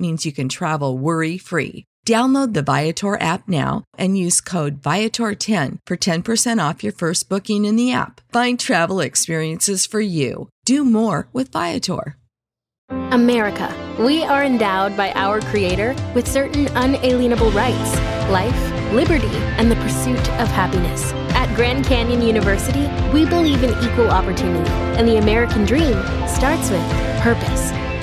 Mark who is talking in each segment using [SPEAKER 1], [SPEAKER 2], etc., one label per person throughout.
[SPEAKER 1] means you can travel worry free. Download the Viator app now and use code Viator10 for 10% off your first booking in the app. Find travel experiences for you. Do more with Viator.
[SPEAKER 2] America, we are endowed by our Creator with certain unalienable rights life, liberty, and the pursuit of happiness. At Grand Canyon University, we believe in equal opportunity, and the American dream starts with purpose.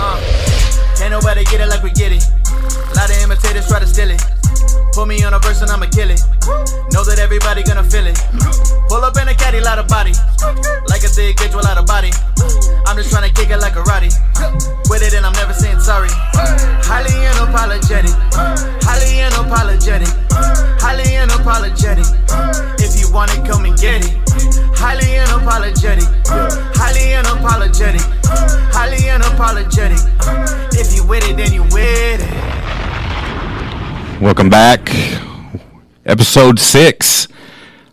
[SPEAKER 3] Uh. Can't nobody get it like we get it. A lot of imitators try to steal it. Put me on a verse and I'ma kill it. Know that everybody gonna feel it. Pull up in a caddy, lot of body. Like a thick bitch with a lot of body. I'm just tryna kick it like karate. With it and I'm never saying sorry. Highly unapologetic. Highly unapologetic. Highly unapologetic. If you want it, come and get it. Highly unapologetic. Highly unapologetic. Highly unapologetic. If you with it, then you with it.
[SPEAKER 4] Welcome back. Episode six.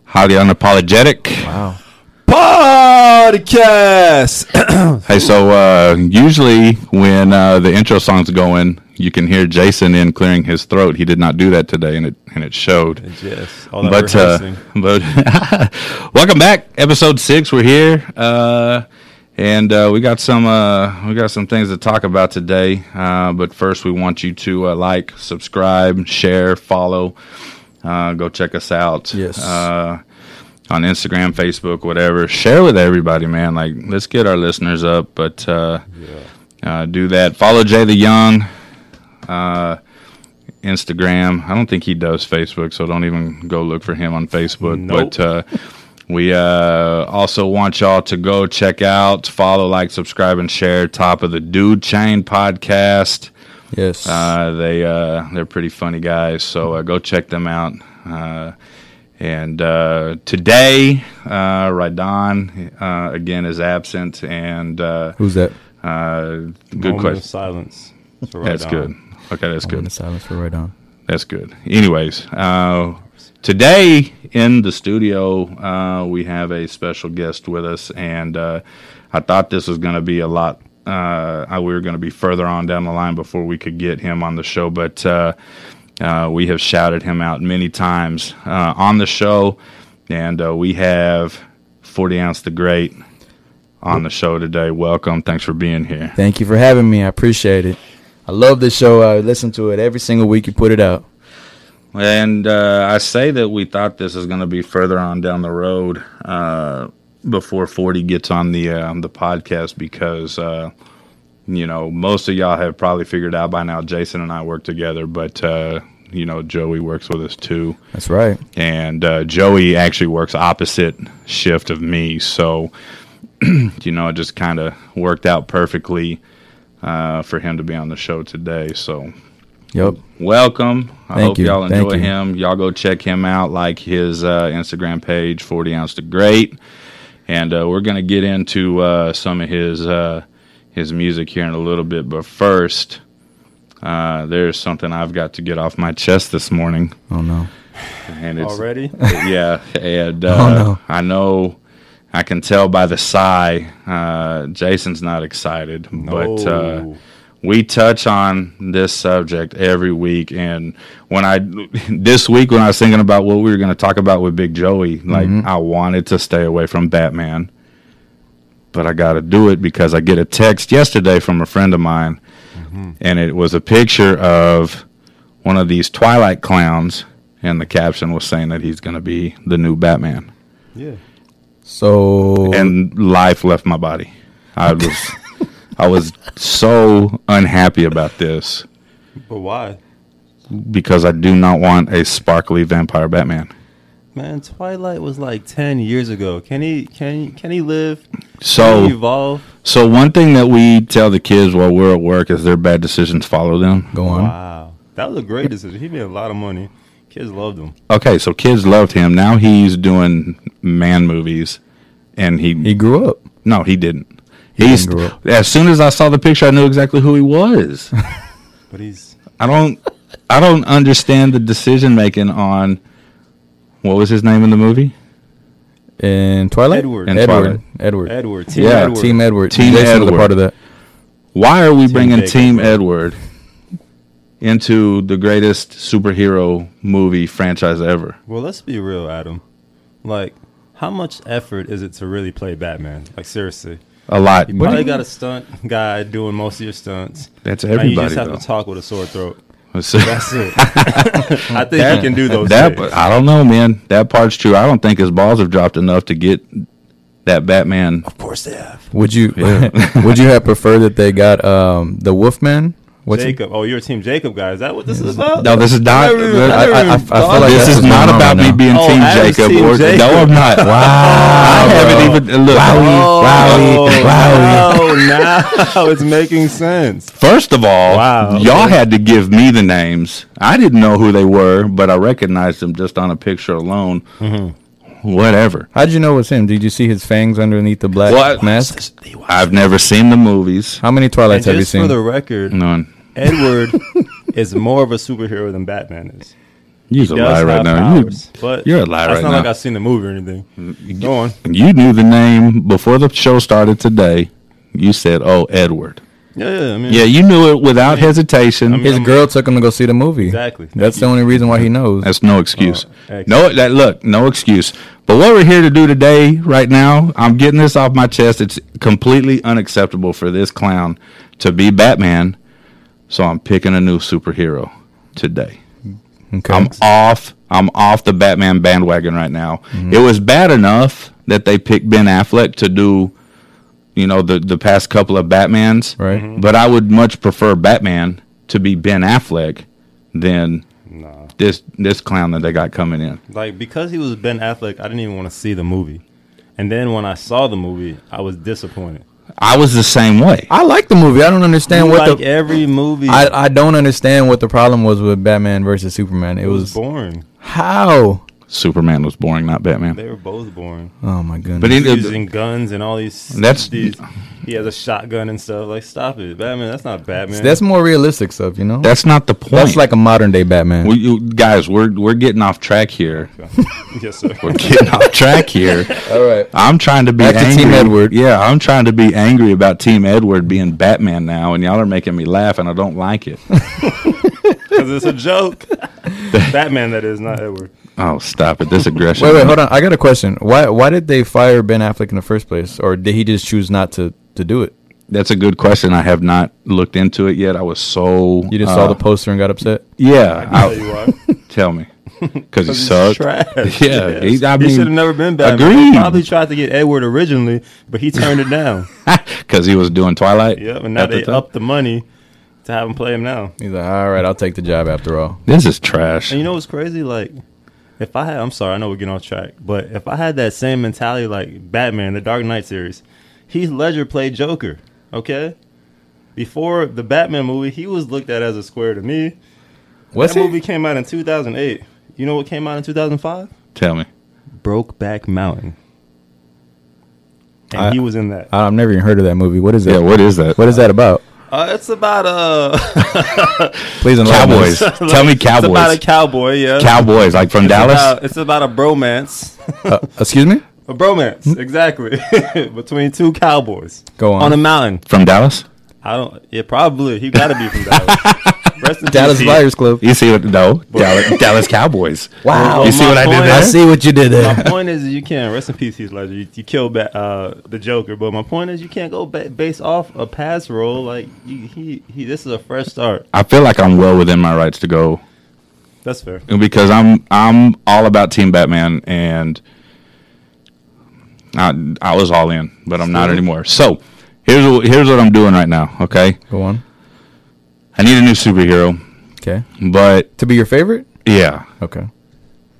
[SPEAKER 4] Highly unapologetic.
[SPEAKER 5] Wow.
[SPEAKER 6] Podcast.
[SPEAKER 4] Hey, so uh, usually when uh, the intro song's going, you can hear Jason in clearing his throat. He did not do that today, and it and it showed.
[SPEAKER 6] yes. All that
[SPEAKER 4] But, uh,
[SPEAKER 6] rehearsing.
[SPEAKER 4] but welcome back, episode six. We're here, uh, and uh, we got some uh, we got some things to talk about today. Uh, but first, we want you to uh, like, subscribe, share, follow. Uh, go check us out.
[SPEAKER 6] Yes.
[SPEAKER 4] Uh, on Instagram, Facebook, whatever. Share with everybody, man. Like, let's get our listeners up. But uh, uh, do that. Follow Jay the Young. Uh, Instagram. I don't think he does Facebook, so don't even go look for him on Facebook.
[SPEAKER 6] Nope.
[SPEAKER 4] But uh, we uh, also want y'all to go check out, follow, like, subscribe, and share. Top of the Dude Chain podcast.
[SPEAKER 6] yes.
[SPEAKER 4] Uh, they uh, they're pretty funny guys, so uh, go check them out. Uh, and uh, today, uh, Rydon uh, again is absent, and uh,
[SPEAKER 6] Who's that?
[SPEAKER 4] uh, good
[SPEAKER 6] Moment Of
[SPEAKER 4] question.
[SPEAKER 6] silence. for Rodon.
[SPEAKER 4] That's good. Okay, that's
[SPEAKER 5] Moment
[SPEAKER 4] good.
[SPEAKER 5] of silence for right on.
[SPEAKER 4] That's good. Anyways, uh, today in the studio, uh, we have a special guest with us, and uh, I thought this was going to be a lot. Uh, I- we were going to be further on down the line before we could get him on the show, but uh, uh, we have shouted him out many times uh, on the show, and uh, we have 40 Ounce the Great on the show today. Welcome. Thanks for being here.
[SPEAKER 5] Thank you for having me. I appreciate it. I love this show. I listen to it every single week you put it out.
[SPEAKER 4] And uh, I say that we thought this is going to be further on down the road uh, before 40 gets on the uh, on the podcast because uh, you know most of y'all have probably figured out by now. Jason and I work together, but uh, you know Joey works with us too,
[SPEAKER 5] That's right.
[SPEAKER 4] and uh, Joey actually works opposite shift of me, so you know it just kind of worked out perfectly uh, for him to be on the show today. So
[SPEAKER 5] Yep.
[SPEAKER 4] welcome. I
[SPEAKER 5] Thank
[SPEAKER 4] hope
[SPEAKER 5] you.
[SPEAKER 4] all enjoy
[SPEAKER 5] Thank you.
[SPEAKER 4] him. Y'all go check him out, like his uh, Instagram page, 40 Ounce to Great. And uh, we're going to get into uh, some of his uh, his music here in a little bit. But first, uh, there's something I've got to get off my chest this morning.
[SPEAKER 5] Oh no.
[SPEAKER 4] And it's,
[SPEAKER 6] Already?
[SPEAKER 4] yeah, and uh,
[SPEAKER 5] Oh, no.
[SPEAKER 4] I know I can tell by the sigh. Uh, Jason's not excited, but uh,
[SPEAKER 6] No.
[SPEAKER 4] we touch on this subject every week and when i this week when i was thinking about what we were going to talk about with big joey like
[SPEAKER 5] Mm-hmm.
[SPEAKER 4] i wanted to stay away from batman but i gotta do it because i get a text yesterday from a friend of mine and it was a picture of one of these twilight clowns and the caption was saying that he's going to be the new batman
[SPEAKER 6] Yeah.
[SPEAKER 5] So
[SPEAKER 4] and life left my body. I was I was so unhappy about this
[SPEAKER 6] But why?
[SPEAKER 4] because I do not want a sparkly vampire Batman.
[SPEAKER 6] Man, Twilight was like ten years ago. Can he? Can can he live? Can he
[SPEAKER 4] So
[SPEAKER 6] evolve?
[SPEAKER 4] so one thing that we tell the kids while we're at work is their bad decisions follow them.
[SPEAKER 5] go on.
[SPEAKER 6] Wow, that was a great decision. He made a lot of money. Kids loved him.
[SPEAKER 4] Okay, so kids loved him. Now he's doing man movies and he,
[SPEAKER 5] He grew up.
[SPEAKER 4] no, he didn't.
[SPEAKER 5] didn't
[SPEAKER 4] He's
[SPEAKER 5] grow up.
[SPEAKER 4] as soon as I saw the picture I knew exactly who he was.
[SPEAKER 6] But he's
[SPEAKER 4] I don't I don't understand the decision making on what was his name in the movie?
[SPEAKER 5] And Twilight.
[SPEAKER 6] Edward.
[SPEAKER 4] And
[SPEAKER 5] Edward.
[SPEAKER 4] Twilight.
[SPEAKER 5] Edward.
[SPEAKER 6] Edward. Team
[SPEAKER 4] Yeah,
[SPEAKER 6] Edward.
[SPEAKER 5] Team Edward.
[SPEAKER 4] Team
[SPEAKER 5] Jason's a
[SPEAKER 4] Edward.
[SPEAKER 5] part of that.
[SPEAKER 4] Why are we bringing
[SPEAKER 6] Baker.
[SPEAKER 4] Team Edward into the greatest superhero movie franchise ever?
[SPEAKER 6] Well, let's be real, Adam. Like, how much effort is it to really play Batman? Like, seriously.
[SPEAKER 4] A lot.
[SPEAKER 6] You probably got a stunt guy doing most of your stunts.
[SPEAKER 4] That's
[SPEAKER 6] And you
[SPEAKER 4] everybody.
[SPEAKER 6] just have
[SPEAKER 4] though.
[SPEAKER 6] to talk with a sore throat.
[SPEAKER 4] That's
[SPEAKER 6] That's it. I think you can do those.
[SPEAKER 4] That
[SPEAKER 6] things.
[SPEAKER 4] I don't know, man. That part's true. I don't think his balls have dropped enough to get that Batman.
[SPEAKER 6] of course they have.
[SPEAKER 5] Would you Would you have preferred that they got um the Wolfman? What's
[SPEAKER 6] Jacob. Oh, you're a team Jacob guy. Is that what this is about?
[SPEAKER 4] No, this is
[SPEAKER 6] I
[SPEAKER 4] not.
[SPEAKER 6] never even-
[SPEAKER 5] I-
[SPEAKER 6] never
[SPEAKER 5] I-
[SPEAKER 6] even
[SPEAKER 5] I- I feel
[SPEAKER 6] thought
[SPEAKER 5] like
[SPEAKER 4] this
[SPEAKER 5] that's
[SPEAKER 4] is
[SPEAKER 5] what's
[SPEAKER 4] not
[SPEAKER 5] going on
[SPEAKER 4] about
[SPEAKER 5] right
[SPEAKER 4] me
[SPEAKER 5] now.
[SPEAKER 4] being
[SPEAKER 6] Oh,
[SPEAKER 4] Team
[SPEAKER 6] Adam's
[SPEAKER 4] Jacob.
[SPEAKER 6] Team
[SPEAKER 4] or,
[SPEAKER 6] Jacob.
[SPEAKER 4] No, I'm not. Wow. I haven't even look.
[SPEAKER 6] Oh,
[SPEAKER 4] Wowie,
[SPEAKER 6] now it's making sense.
[SPEAKER 4] First of all,
[SPEAKER 6] Wow,
[SPEAKER 4] y'all had to give me the names. I didn't know who they were, but I recognized them just on a picture alone. Mm-hmm. Whatever.
[SPEAKER 5] How would you know it was him? Did you see his fangs underneath the black
[SPEAKER 4] Well, I-
[SPEAKER 5] mask?
[SPEAKER 4] I've never seen the movies.
[SPEAKER 5] How many Twilights
[SPEAKER 6] And
[SPEAKER 5] have you
[SPEAKER 6] just for
[SPEAKER 5] seen?
[SPEAKER 6] the record,
[SPEAKER 4] None.
[SPEAKER 6] Edward is more of a superhero than Batman is.
[SPEAKER 4] You're a
[SPEAKER 6] He does
[SPEAKER 4] liar right
[SPEAKER 6] have
[SPEAKER 4] now. You,
[SPEAKER 6] powers, but
[SPEAKER 4] you're a liar
[SPEAKER 6] That's
[SPEAKER 4] right
[SPEAKER 6] not
[SPEAKER 4] now. Mm,
[SPEAKER 6] like I've seen the movie or anything. Go on.
[SPEAKER 4] you knew the name before the show started today. You said, "Oh, Edward."
[SPEAKER 6] Yeah, yeah, I mean,
[SPEAKER 4] Yeah, you knew it without hesitation.
[SPEAKER 5] his girl took him to go see the movie.
[SPEAKER 6] Exactly.
[SPEAKER 5] That's the only reason why he knows.
[SPEAKER 4] That's no uh, excuse.
[SPEAKER 6] excellent.
[SPEAKER 4] no, that look, no excuse. But what we're here to do today, right now, I'm getting this off my chest. It's completely unacceptable for this clown to be Batman. So I'm picking a new superhero today.
[SPEAKER 5] Okay.
[SPEAKER 4] I'm off. I'm off the Batman bandwagon right now. It was bad enough that they picked Ben Affleck to do, you know, the the past couple of Batmans.
[SPEAKER 5] Right. Mhm.
[SPEAKER 4] But I would much prefer Batman to be Ben Affleck than
[SPEAKER 6] Nah.
[SPEAKER 4] this this clown that they got coming in.
[SPEAKER 6] Like because he was Ben Affleck, I didn't even want to see the movie. And then when I saw the movie, I was disappointed.
[SPEAKER 4] I was the same way.
[SPEAKER 5] I like the movie. I don't understand
[SPEAKER 6] You
[SPEAKER 5] what
[SPEAKER 6] like
[SPEAKER 5] the
[SPEAKER 6] every movie,
[SPEAKER 5] I, I don't understand what the problem was with Batman versus Superman. It
[SPEAKER 6] it was
[SPEAKER 5] was
[SPEAKER 6] boring.
[SPEAKER 5] how?
[SPEAKER 4] Superman was boring, not Batman.
[SPEAKER 6] They were both boring.
[SPEAKER 5] Oh my goodness.
[SPEAKER 4] But it,
[SPEAKER 6] Using guns and all these.
[SPEAKER 4] That's-
[SPEAKER 6] these. He has a shotgun and stuff. Like, stop it, Batman. That's not Batman.
[SPEAKER 5] that's more realistic stuff, you know.
[SPEAKER 4] that's not the point.
[SPEAKER 5] That's like a modern day Batman.
[SPEAKER 4] we, you, guys, we're we're getting off track here.
[SPEAKER 6] yes, sir.
[SPEAKER 4] We're getting off track here.
[SPEAKER 5] All right.
[SPEAKER 4] I'm trying to be
[SPEAKER 5] Back to
[SPEAKER 4] angry.
[SPEAKER 5] Team Edward.
[SPEAKER 4] Yeah, I'm trying to be angry about Team Edward being Batman now, and y'all are making me laugh, and I don't like it.
[SPEAKER 6] Because it's a joke. Batman, that is not Edward.
[SPEAKER 4] oh, stop it! This aggression.
[SPEAKER 5] Wait, wait, hold on. I got a question. Why why did they fire Ben Affleck in the first place, or did he just choose not to to do it?
[SPEAKER 4] That's a good question. I have not looked into it yet. I was so
[SPEAKER 5] You just
[SPEAKER 4] uh,
[SPEAKER 5] saw the poster and got upset.
[SPEAKER 4] yeah.
[SPEAKER 6] I'll
[SPEAKER 4] I,
[SPEAKER 6] tell you why.
[SPEAKER 4] tell me because he
[SPEAKER 6] He's
[SPEAKER 4] sucked.
[SPEAKER 6] Trash.
[SPEAKER 4] Yeah, he- I
[SPEAKER 6] should have
[SPEAKER 4] mean,
[SPEAKER 6] never been Batman.
[SPEAKER 4] agreed.
[SPEAKER 6] He probably tried to get Edward originally, but he turned it down.
[SPEAKER 4] Because he was doing Twilight.
[SPEAKER 6] yeah, and now
[SPEAKER 4] at the
[SPEAKER 6] they
[SPEAKER 4] time.
[SPEAKER 6] upped the money to have him play him now.
[SPEAKER 5] He's like, all right, I'll take the job after all.
[SPEAKER 4] This is trash.
[SPEAKER 6] And you know what's crazy? Like, if I had, I'm sorry, I know we're getting off track, but if I had that same mentality like Batman, the Dark Knight series, Heath Ledger played Joker, okay? Before the Batman movie, he was looked at as a square to me.
[SPEAKER 5] What's
[SPEAKER 6] that
[SPEAKER 5] he?
[SPEAKER 6] movie came out in 2008. You know what came out in 2005?
[SPEAKER 4] Tell me.
[SPEAKER 6] Brokeback Mountain. And
[SPEAKER 5] I-
[SPEAKER 6] he was in that.
[SPEAKER 5] I've never even heard of that movie. What is that?
[SPEAKER 4] Yeah, what is that?
[SPEAKER 5] what is that about?
[SPEAKER 6] Uh, it's about a
[SPEAKER 5] Please enlighten
[SPEAKER 4] Cowboys.
[SPEAKER 5] us.
[SPEAKER 4] Tell me
[SPEAKER 6] it's about a
[SPEAKER 4] Cowboys.
[SPEAKER 6] cowboy, yeah.
[SPEAKER 4] Cowboys, like from
[SPEAKER 6] It's
[SPEAKER 4] Dallas.
[SPEAKER 6] about- it's about a bromance.
[SPEAKER 5] Uh, excuse me.
[SPEAKER 6] A bromance, exactly. Between two cowboys.
[SPEAKER 5] Go on.
[SPEAKER 6] On a mountain.
[SPEAKER 4] from Dallas.
[SPEAKER 6] I don't. Yeah, probably he got to be from Dallas. Rest in
[SPEAKER 5] Dallas
[SPEAKER 6] peace.
[SPEAKER 5] Buyers Club.
[SPEAKER 4] You see what? No, Dallas, Dallas Cowboys.
[SPEAKER 5] Wow.
[SPEAKER 4] You see
[SPEAKER 6] My
[SPEAKER 4] what I did
[SPEAKER 6] point-
[SPEAKER 4] there?
[SPEAKER 5] I see what you did
[SPEAKER 6] My
[SPEAKER 5] there.
[SPEAKER 6] point is, you can't rest in peace. Heath Ledger. You, you killed ba- uh, the Joker, but my point is, you can't go ba- based off a pass role. Like you, he, he, this is a fresh start.
[SPEAKER 4] I feel like I'm well within my rights to go
[SPEAKER 6] That's fair.
[SPEAKER 4] because I'm I'm all about Team Batman and I I was all in, but I'm not anymore. So here's wh- here's what I'm doing right now. Okay,
[SPEAKER 5] Go on.
[SPEAKER 4] I need a new superhero,
[SPEAKER 5] Okay.
[SPEAKER 4] but
[SPEAKER 5] To be your favorite?
[SPEAKER 4] yeah.
[SPEAKER 5] Okay.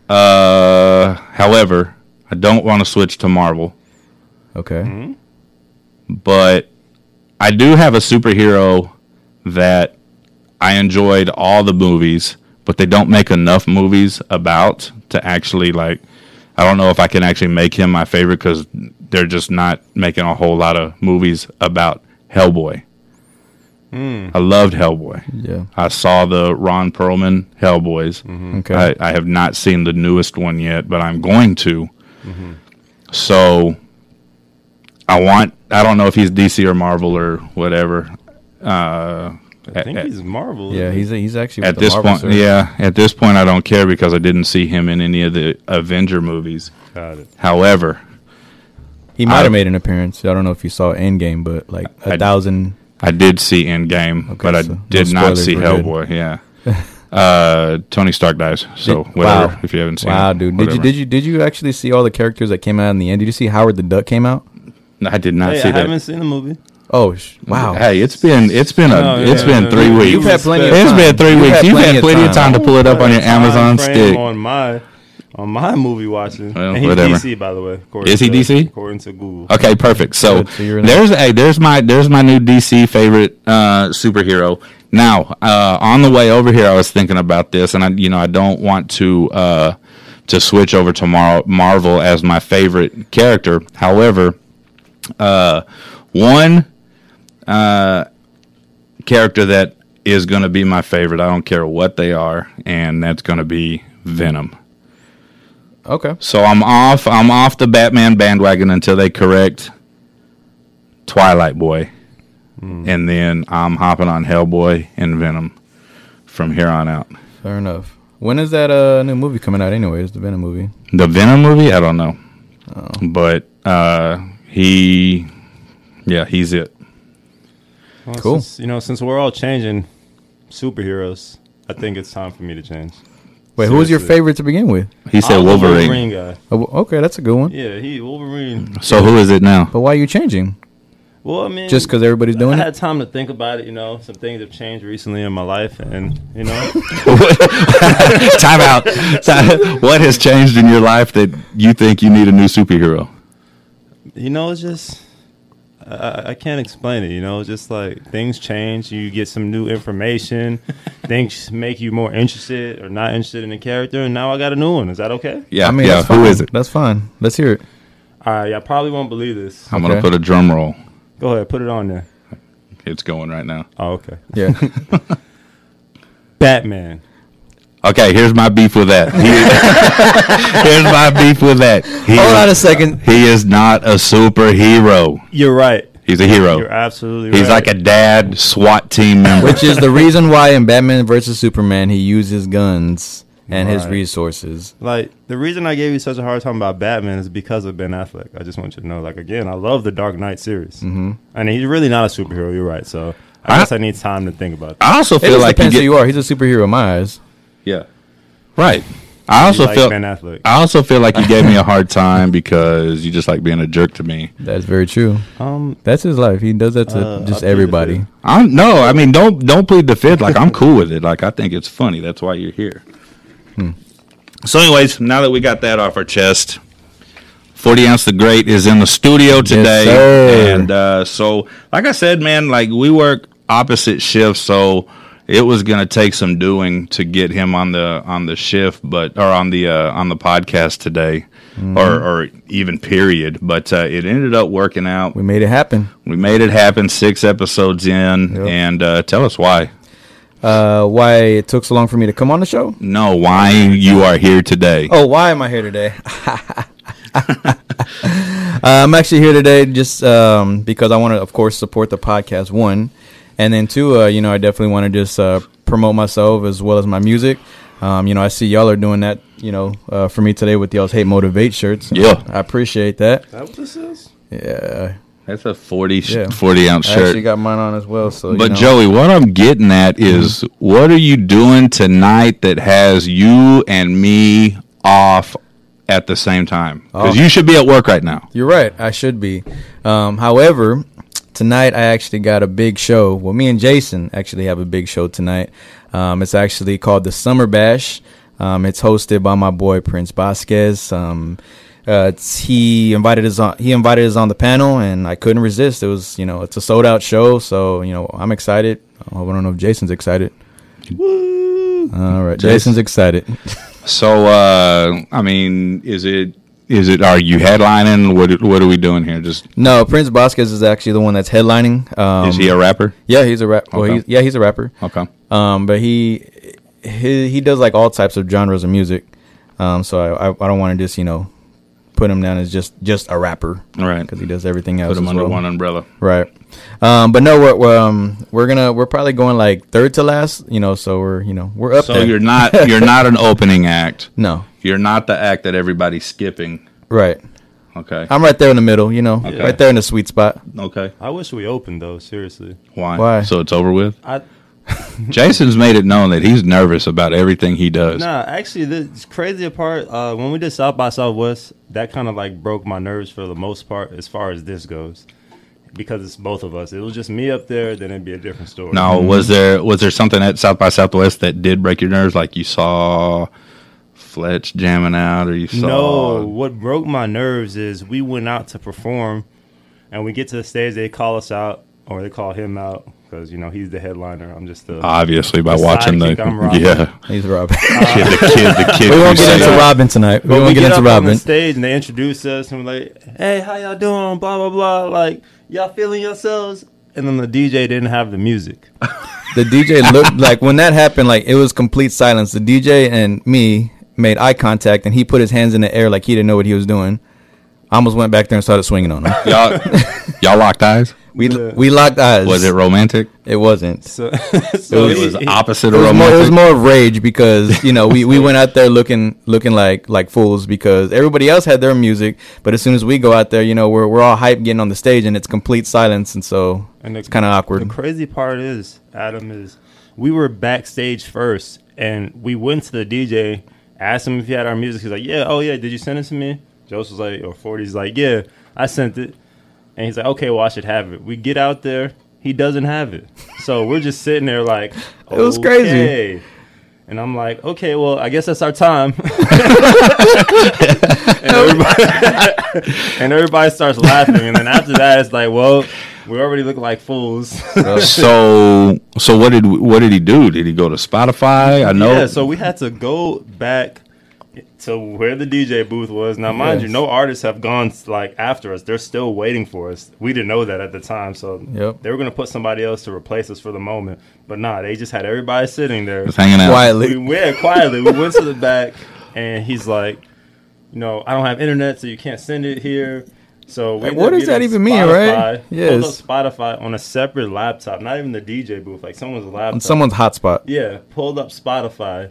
[SPEAKER 4] Uh, however, I don't want to switch to Marvel,
[SPEAKER 5] Okay.
[SPEAKER 4] Mm-hmm. but I do have a superhero that I enjoyed all the movies, but they don't make enough movies about to actually like. I don't know if I can actually make him my favorite because they're just not making a whole lot of movies about Hellboy. I loved Hellboy.
[SPEAKER 5] Yeah.
[SPEAKER 4] I saw the Ron Perlman Hellboys.
[SPEAKER 5] Okay.
[SPEAKER 4] Mm-hmm. I, I have not seen the newest one yet, but I'm going to. So I want. I don't know if he's DC or Marvel or whatever. Uh,
[SPEAKER 6] I
[SPEAKER 4] at-
[SPEAKER 6] think
[SPEAKER 4] at-
[SPEAKER 6] he's Marvel.
[SPEAKER 5] yeah,
[SPEAKER 6] isn't
[SPEAKER 5] he's he's actually
[SPEAKER 4] at
[SPEAKER 5] with the
[SPEAKER 4] this
[SPEAKER 5] Marvel
[SPEAKER 4] point,
[SPEAKER 5] series.
[SPEAKER 4] yeah. At this point, I don't care because I didn't see him in any of the Avenger movies.
[SPEAKER 6] he? Got it.
[SPEAKER 4] However,
[SPEAKER 5] He might
[SPEAKER 4] I-
[SPEAKER 5] have made an appearance. I don't know if you saw Endgame, but like a
[SPEAKER 4] I-
[SPEAKER 5] thousand.
[SPEAKER 4] I did see Endgame,
[SPEAKER 5] Okay,
[SPEAKER 4] but I
[SPEAKER 5] so no
[SPEAKER 4] did not
[SPEAKER 5] spoilers,
[SPEAKER 4] see
[SPEAKER 5] we're good.
[SPEAKER 4] Hellboy. Yeah. uh, Tony Stark dies. So
[SPEAKER 5] Did-
[SPEAKER 4] whatever.
[SPEAKER 5] wow.
[SPEAKER 4] If you haven't seen,
[SPEAKER 5] Wow,
[SPEAKER 4] it,
[SPEAKER 5] dude!
[SPEAKER 4] whatever.
[SPEAKER 5] Did you did you did you actually see all the characters that came out in the end? Did you see Howard the Duck came out?
[SPEAKER 4] No, I did not
[SPEAKER 6] Hey, I
[SPEAKER 4] see that.
[SPEAKER 6] haven't seen the movie.
[SPEAKER 5] Oh, sh- wow!
[SPEAKER 4] Hey, it's been it's been
[SPEAKER 6] No,
[SPEAKER 4] a
[SPEAKER 6] yeah,
[SPEAKER 4] it's been
[SPEAKER 6] no,
[SPEAKER 4] three
[SPEAKER 6] no,
[SPEAKER 4] weeks.
[SPEAKER 6] you've had
[SPEAKER 5] plenty of
[SPEAKER 4] It's
[SPEAKER 5] time.
[SPEAKER 4] been three
[SPEAKER 5] You've
[SPEAKER 4] weeks.
[SPEAKER 5] had
[SPEAKER 4] You've
[SPEAKER 5] plenty
[SPEAKER 4] had
[SPEAKER 5] of
[SPEAKER 4] plenty of
[SPEAKER 5] time.
[SPEAKER 4] time to pull it up on your
[SPEAKER 6] What a time
[SPEAKER 4] Amazon
[SPEAKER 6] frame
[SPEAKER 4] stick.
[SPEAKER 6] on my on my movie watching.
[SPEAKER 4] Well,
[SPEAKER 6] and he's
[SPEAKER 4] whatever.
[SPEAKER 6] DC by the way. according
[SPEAKER 4] Is he
[SPEAKER 6] to-
[SPEAKER 4] DC?
[SPEAKER 6] According to Google.
[SPEAKER 4] Okay, perfect. So
[SPEAKER 5] Good, so you're in-
[SPEAKER 4] there's hey, there's my there's my new DC favorite uh, superhero. Now uh, on the way over here, I was thinking about this, and I you know I don't want to uh, to switch over to Mar- Marvel as my favorite character. However, uh, one uh, character that is going to be my favorite. I don't care what they are, and that's going to be Venom.
[SPEAKER 5] Okay,
[SPEAKER 4] So I'm off. I'm off the Batman bandwagon until they correct Twilight Boy,
[SPEAKER 5] Hmm.
[SPEAKER 4] and then I'm hopping on Hellboy and Venom from here on out.
[SPEAKER 5] fair enough. When is that uh, new movie coming out? Anyways, the Venom movie.
[SPEAKER 4] The Venom movie, I don't know,
[SPEAKER 5] Oh.
[SPEAKER 4] but uh, he, yeah, he's it.
[SPEAKER 6] Well,
[SPEAKER 5] Cool.
[SPEAKER 6] since- you know, since we're all changing superheroes, I think it's time for me to change.
[SPEAKER 5] Wait, who was your
[SPEAKER 6] Seriously.
[SPEAKER 5] favorite to begin with?
[SPEAKER 4] He said
[SPEAKER 6] I'm a
[SPEAKER 4] Wolverine.
[SPEAKER 6] guy.
[SPEAKER 5] Oh, w- okay, that's a good one.
[SPEAKER 6] Yeah, he Wolverine.
[SPEAKER 4] So who is it now?
[SPEAKER 5] But why are you changing?
[SPEAKER 6] Well, I mean,
[SPEAKER 5] Just because everybody's
[SPEAKER 6] I
[SPEAKER 5] doing
[SPEAKER 6] had
[SPEAKER 5] it?
[SPEAKER 6] time to think about it. You know, some things have changed recently in my life, and you know,
[SPEAKER 4] Time out. Time- what has changed in your life that you think you need a new superhero?
[SPEAKER 6] you know, it's just I- I, I can't explain it. You know, it's just like things change. You get some new information. things make you more interested or not interested in the character. And now I got a new one. Is that okay?
[SPEAKER 4] Yeah,
[SPEAKER 5] I mean,
[SPEAKER 4] yeah.
[SPEAKER 5] that's fine.
[SPEAKER 4] Who is it?
[SPEAKER 5] That's fine. Let's hear it.
[SPEAKER 6] All right, y'all probably won't believe this.
[SPEAKER 4] I'm gonna
[SPEAKER 5] Okay.
[SPEAKER 4] put a drum roll.
[SPEAKER 6] Go ahead, put it on there.
[SPEAKER 4] It's going right now.
[SPEAKER 6] Oh, okay.
[SPEAKER 5] Yeah.
[SPEAKER 6] Batman.
[SPEAKER 4] Okay, here's my beef with that. He- here's my beef with that. He,
[SPEAKER 5] Hold on a
[SPEAKER 4] is,
[SPEAKER 5] second.
[SPEAKER 4] he is not a superhero.
[SPEAKER 6] You're right.
[SPEAKER 4] He's a hero.
[SPEAKER 6] You're absolutely right.
[SPEAKER 4] Oh. He's like a dad SWAT team member.
[SPEAKER 5] Which is the reason why in Batman versus Superman he uses guns and his
[SPEAKER 6] Right.
[SPEAKER 5] resources.
[SPEAKER 6] Like the reason I gave you such a hard time about Batman is because of Ben Affleck. I just want you to know. Like again, I love the Dark Knight series, mm-hmm. and he's really not a superhero. You're right. So I,
[SPEAKER 4] I-
[SPEAKER 6] guess I need time to think about that.
[SPEAKER 4] I also
[SPEAKER 5] It
[SPEAKER 4] feel
[SPEAKER 5] just
[SPEAKER 4] like you
[SPEAKER 5] depends
[SPEAKER 4] get
[SPEAKER 5] who you are. He's a superhero in my eyes.
[SPEAKER 4] yeah, right. I also
[SPEAKER 6] like
[SPEAKER 4] feel
[SPEAKER 6] Ben Affleck.
[SPEAKER 4] I also feel like you gave me a hard time because you just like being a jerk to me.
[SPEAKER 5] That's very true.
[SPEAKER 6] Um,
[SPEAKER 5] That's his life. He does that to
[SPEAKER 6] Uh,
[SPEAKER 5] just
[SPEAKER 6] I'll do
[SPEAKER 5] everybody.
[SPEAKER 4] I'm no, I mean don't don't plead the fifth. Like I'm cool with it. Like I think it's funny. That's why you're here. Hmm. So, anyways, now that we got that off our chest, Forty Ounce the Great is in the studio today,
[SPEAKER 5] sir.
[SPEAKER 4] and uh, so like I said, man, like we work opposite shifts, so it was gonna take some doing to get him on the on the shift, but or on the uh, on the podcast today, or or even period. But uh, it ended up working out.
[SPEAKER 5] We made it happen.
[SPEAKER 4] We made it happen six episodes in,
[SPEAKER 5] Yep.
[SPEAKER 4] and uh, tell us why.
[SPEAKER 5] Uh, why it took so long for me to come on the show?
[SPEAKER 4] No, why you are here today.
[SPEAKER 5] Oh, why am I here today? Uh, I'm actually here today just um, because I want to, of course, support the podcast. One, and then two, uh, you know, I definitely want to just uh, promote myself as well as my music. Um, you know, I see y'all are doing that. You know, uh, for me today with y'all's "Hate Motivate" shirts.
[SPEAKER 4] Yeah.
[SPEAKER 5] I appreciate that.
[SPEAKER 6] that what this is?
[SPEAKER 5] Yeah,
[SPEAKER 4] That's a 40, sh
[SPEAKER 5] Yeah.
[SPEAKER 4] 40 ounce
[SPEAKER 5] I actually
[SPEAKER 4] shirt.
[SPEAKER 5] got mine on as well. So,
[SPEAKER 4] But
[SPEAKER 5] you know. Mm-hmm.
[SPEAKER 4] Joey, what I'm getting at is, what are you doing tonight that has you and me off at the same time? Because
[SPEAKER 5] Oh.
[SPEAKER 4] you should be at work right now.
[SPEAKER 5] You're right. I should be. Um, however, tonight I actually got a big show. Well, me and Jason actually have a big show tonight. Um, it's actually called the Summer Bash. Um, it's hosted by my boy Prince Vasquez. Um, uh, it's, he invited us on. He invited us on the panel, and I couldn't resist. It was, you know, it's a sold out show, so you know, I'm excited. I don't know if Jason's excited. All right,
[SPEAKER 4] Jason.
[SPEAKER 5] Jason's excited.
[SPEAKER 4] So, uh, I mean, is it is it are you headlining? What what are we doing here? Just
[SPEAKER 5] No, Prince Vasquez is actually the one that's headlining. Um,
[SPEAKER 4] is he a rapper?
[SPEAKER 5] yeah, he's a rap. Well,
[SPEAKER 4] Okay.
[SPEAKER 5] he's, yeah, he's a rapper.
[SPEAKER 4] Okay.
[SPEAKER 5] um, but he, he he does like all types of genres of music. Um, so I I, I don't want to just you know put him down as just just a rapper,
[SPEAKER 4] Right.
[SPEAKER 5] Because he does everything else.
[SPEAKER 4] Put him
[SPEAKER 5] as
[SPEAKER 4] under
[SPEAKER 5] well.
[SPEAKER 4] one umbrella.
[SPEAKER 5] right? Um, but no, we're, we're um we're gonna we're probably going like third to last, you know. So we're you know we're up
[SPEAKER 4] So
[SPEAKER 5] there.
[SPEAKER 4] you're not you're not an opening act.
[SPEAKER 5] no
[SPEAKER 4] You're not the act that everybody's skipping.
[SPEAKER 5] right.
[SPEAKER 4] Okay.
[SPEAKER 5] I'm right there in the middle, you know, right there in the sweet spot.
[SPEAKER 4] Okay.
[SPEAKER 6] I wish we opened though. Seriously,
[SPEAKER 4] Why?
[SPEAKER 5] Why?
[SPEAKER 4] So it's over with.
[SPEAKER 6] I
[SPEAKER 4] Jason's made it known that he's nervous about everything he does.
[SPEAKER 6] Nah, actually, the crazier part uh, when we did South by Southwest, that kind of like broke my nerves for the most part as far as this goes, because it's both of us. It was just me up there, then it'd be a different story.
[SPEAKER 4] Now,
[SPEAKER 5] Mm-hmm.
[SPEAKER 4] was there was there something at South by Southwest that did break your nerves? Like you saw Fletch jamming out, or you saw
[SPEAKER 6] no. What broke my nerves is we went out to perform, and we get to the stage, they call us out or they call him out because you know he's the headliner. I'm just the
[SPEAKER 4] obviously by
[SPEAKER 6] The
[SPEAKER 4] watching the
[SPEAKER 6] sidekick, I'm Robin.
[SPEAKER 4] yeah
[SPEAKER 5] He's Robin.
[SPEAKER 4] kid, the kid the kid
[SPEAKER 5] we
[SPEAKER 4] who
[SPEAKER 5] won't get
[SPEAKER 4] said
[SPEAKER 5] into
[SPEAKER 4] that.
[SPEAKER 5] Robin tonight. We
[SPEAKER 6] But
[SPEAKER 5] won't
[SPEAKER 6] we
[SPEAKER 5] get,
[SPEAKER 6] get
[SPEAKER 5] into
[SPEAKER 6] up on
[SPEAKER 5] Robin.
[SPEAKER 6] the stage and they introduce us and we're like, "Hey, how y'all doing? Blah blah blah." Like, y'all feeling yourselves? And then the DJ didn't have the music.
[SPEAKER 5] The DJ looked like when that happened, like it was complete silence. The DJ and me made eye contact, and he put his hands in the air like he didn't know what he was doing. I almost went back there and started swinging on him.
[SPEAKER 4] y'all y'all locked eyes
[SPEAKER 5] We we locked eyes.
[SPEAKER 4] was it romantic
[SPEAKER 5] It wasn't.
[SPEAKER 6] So,
[SPEAKER 5] It
[SPEAKER 6] so
[SPEAKER 4] it
[SPEAKER 5] He-
[SPEAKER 4] was opposite
[SPEAKER 5] It
[SPEAKER 4] of
[SPEAKER 5] was, more,
[SPEAKER 4] romantic
[SPEAKER 5] it was more of rage because you know we, we went out there looking looking like like fools because everybody else had their music, but as soon as we go out there, you know we're we're all hype getting on the stage and it's complete silence, and so
[SPEAKER 6] And the-
[SPEAKER 5] it's kind of awkward.
[SPEAKER 6] The crazy part is, Adam is we were backstage first, and we went to the DJ, asked him if he had our music. He's like, "Yeah, oh yeah, did you send it to me?" Joseph was like, or forty's like, "Yeah, I sent it," and he's like, "Okay, well I should have it." We get out there, he doesn't have it, so we're just sitting there like,
[SPEAKER 5] It was crazy.
[SPEAKER 6] "Okay." And I'm like, okay, well, I guess that's our time. and, everybody, and everybody starts laughing. And then after that, it's like, well, we already look like fools.
[SPEAKER 4] so so what did what did he do did he go to Spotify I know
[SPEAKER 6] Yeah, so we had to go back to where the DJ booth was. Now, mind you,
[SPEAKER 5] Yes.
[SPEAKER 6] no artists have gone like after us. They're still waiting for us. We didn't know that at the time, so
[SPEAKER 5] Yep.
[SPEAKER 6] they were gonna put somebody else to replace us for the moment. But nah, they just had everybody sitting there.
[SPEAKER 4] was hanging out
[SPEAKER 6] We
[SPEAKER 5] Quietly,
[SPEAKER 6] went quietly. We went to the back, and he's like, "You know, I don't have internet, so you can't send it here." So we
[SPEAKER 5] Like,
[SPEAKER 6] ended
[SPEAKER 5] what
[SPEAKER 6] up
[SPEAKER 5] does that
[SPEAKER 6] getting
[SPEAKER 5] even mean, right?
[SPEAKER 6] Spotify- pulled
[SPEAKER 5] Yes.
[SPEAKER 6] up Spotify on a separate laptop, not even the DJ booth, like someone's laptop.
[SPEAKER 5] on someone's hotspot.
[SPEAKER 6] Yeah, pulled up Spotify,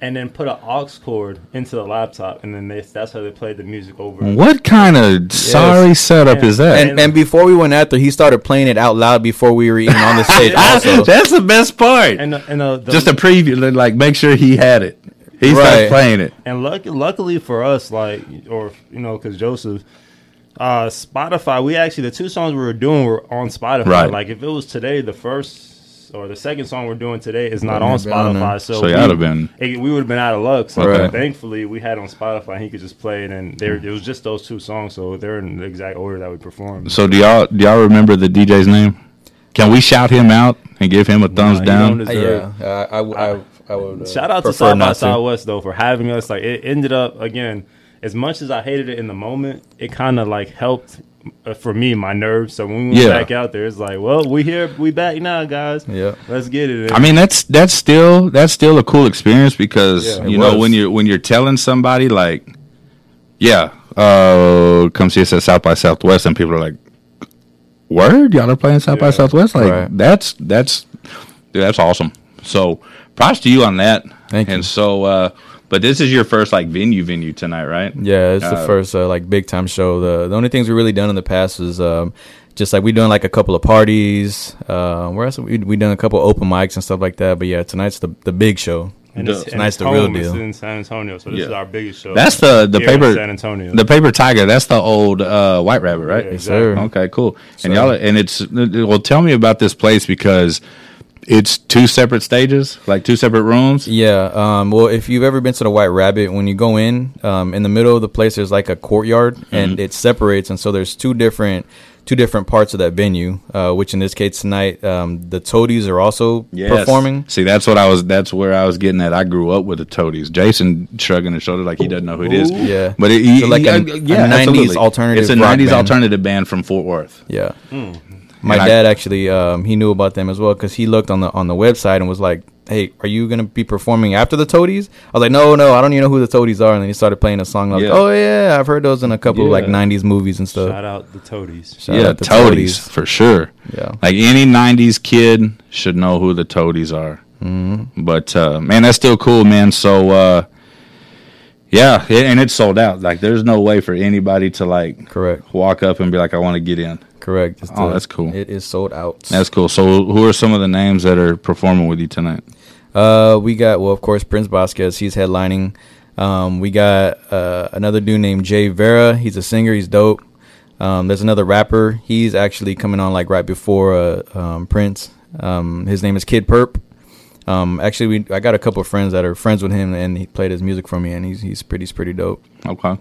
[SPEAKER 6] and then put an aux cord into the laptop, and then they, that's how they played the music over.
[SPEAKER 5] Mm-hmm.
[SPEAKER 4] what kind of sorry setup
[SPEAKER 6] Yeah.
[SPEAKER 4] is that
[SPEAKER 5] And, and before we went out there, he started playing it out loud before we were even on the stage. also,
[SPEAKER 4] that's the best part
[SPEAKER 6] And the- and uh, the, the,
[SPEAKER 4] just a preview like make sure he had it he's
[SPEAKER 5] Right.
[SPEAKER 4] not playing it
[SPEAKER 6] and luck, luckily for us, like or you know, because Joseph, uh, Spotify. We actually the two songs we were doing were on Spotify.
[SPEAKER 4] Right.
[SPEAKER 6] Like if it was today, the first or the second song we're doing today is not
[SPEAKER 5] Wouldn't
[SPEAKER 6] on
[SPEAKER 5] have been on
[SPEAKER 6] Spotify.
[SPEAKER 5] there.
[SPEAKER 6] So,
[SPEAKER 4] So
[SPEAKER 6] we,
[SPEAKER 4] y'all'd have been-
[SPEAKER 6] it- we would have been out of luck. So
[SPEAKER 5] Right.
[SPEAKER 6] thankfully we had on Spotify. He could just play it, and there it was just those two songs. So they're in the exact order that we performed.
[SPEAKER 4] So do y'all do y'all remember the DJ's name? Can we shout him out and give him a thumbs
[SPEAKER 6] he
[SPEAKER 4] down?
[SPEAKER 6] don't deserve-
[SPEAKER 5] yeah, I, I, I, I would. Uh,
[SPEAKER 6] Shout out to
[SPEAKER 5] prefer
[SPEAKER 6] South by
[SPEAKER 5] not
[SPEAKER 6] Southwest though for having us. Like it ended up again, as much as I hated it in the moment, it kind of like helped uh, for me my nerves. So when we went
[SPEAKER 4] Yeah.
[SPEAKER 6] back out there, it's like, well, we here, we back now, guys.
[SPEAKER 5] Yeah.
[SPEAKER 6] let's get it. in.
[SPEAKER 4] I mean that's that's still that's still a cool experience because
[SPEAKER 6] Yeah.
[SPEAKER 4] you
[SPEAKER 5] It
[SPEAKER 4] know
[SPEAKER 5] was.
[SPEAKER 4] when you're when you're telling somebody like yeah uh, come see us at South by Southwest, and people are like, "Word, y'all are playing South by
[SPEAKER 6] Yeah.
[SPEAKER 4] Southwest? Like
[SPEAKER 5] Right.
[SPEAKER 4] that's that's dude, that's awesome." So props to you on that.
[SPEAKER 5] Thank you.
[SPEAKER 4] And so, uh, but this is your first like venue venue tonight, right?
[SPEAKER 5] Yeah, it's the
[SPEAKER 4] Uh,
[SPEAKER 5] first uh, like big time show. The the only things we really done in the past is um, just like we done like a couple of parties. Uh, where else we we done a couple open mics and stuff like that. But yeah, tonight's the the big show.
[SPEAKER 6] And
[SPEAKER 4] It's
[SPEAKER 5] nice, the real
[SPEAKER 6] home, It's
[SPEAKER 5] deal.
[SPEAKER 6] in San Antonio, so this
[SPEAKER 4] Yeah.
[SPEAKER 6] is our biggest show.
[SPEAKER 4] That's the the
[SPEAKER 6] here in
[SPEAKER 4] paper
[SPEAKER 6] San Antonio.
[SPEAKER 4] the paper tiger. That's the old uh, white rabbit, right?
[SPEAKER 6] Yeah.
[SPEAKER 5] Yes, sir.
[SPEAKER 4] Okay, cool. And
[SPEAKER 5] So-
[SPEAKER 4] y'all, and it's well. Tell me about this place because it's two separate stages, like two separate rooms.
[SPEAKER 5] Yeah. Um, well, if you've ever been to the White Rabbit, when you go in, um, in the middle of the place, there's like a courtyard, and
[SPEAKER 4] Mm-hmm.
[SPEAKER 5] it separates, and so there's two different two different parts of that venue. Uh, which in this case tonight, um, the Toadies are also performing.
[SPEAKER 4] See, that's what I was. That's where I was getting at. I grew up with the Toadies. Jason shrugging his shoulder like he doesn't know who it is.
[SPEAKER 5] Yeah.
[SPEAKER 4] but it, he,
[SPEAKER 5] So like
[SPEAKER 4] he-
[SPEAKER 5] a-
[SPEAKER 4] uh,
[SPEAKER 5] a 90s
[SPEAKER 4] absolutely.
[SPEAKER 5] alternative
[SPEAKER 4] It's a
[SPEAKER 5] rock
[SPEAKER 4] '90s
[SPEAKER 5] band.
[SPEAKER 4] alternative band from Fort Worth.
[SPEAKER 5] Yeah. My
[SPEAKER 4] Hmm. And I-
[SPEAKER 5] dad actually um, he knew about them as well because he looked on the on the website and was like, "Hey, are you gonna be performing after the Toadies?" I was like, "No, no, I don't even know who the Toadies are." And then he started playing a song. And I was
[SPEAKER 4] Yeah.
[SPEAKER 5] like, "Oh yeah, I've heard those in a couple of like
[SPEAKER 4] Yeah.
[SPEAKER 5] '90s movies and stuff."
[SPEAKER 6] Shout out the Toadies.
[SPEAKER 5] Shout
[SPEAKER 4] yeah,
[SPEAKER 5] out to
[SPEAKER 4] Toadies for sure.
[SPEAKER 5] Yeah.
[SPEAKER 4] like any '90s kid should know who the Toadies are. Mm-hmm. But uh, man, that's still cool, man. So uh, yeah, it, and it's sold out. Like, there's no way for anybody to like
[SPEAKER 5] Correct.
[SPEAKER 4] walk up and be like, "I want to get in."
[SPEAKER 5] Correct. It's
[SPEAKER 4] Oh, that's cool.
[SPEAKER 5] It is sold out.
[SPEAKER 4] That's cool. So, who are some of the names that are performing with you tonight?
[SPEAKER 5] Uh, we got well, of course, Prince Vasquez. He's headlining. Um, we got uh, another dude named Jay Vera. He's a singer. He's dope. Um, there's another rapper. He's actually coming on like right before uh, um, Prince. Um, his name is Kid Perp. Um, actually, we I got a couple of friends that are friends with him, and he played his music for me, and he's he's pretty he's pretty dope.
[SPEAKER 4] Okay,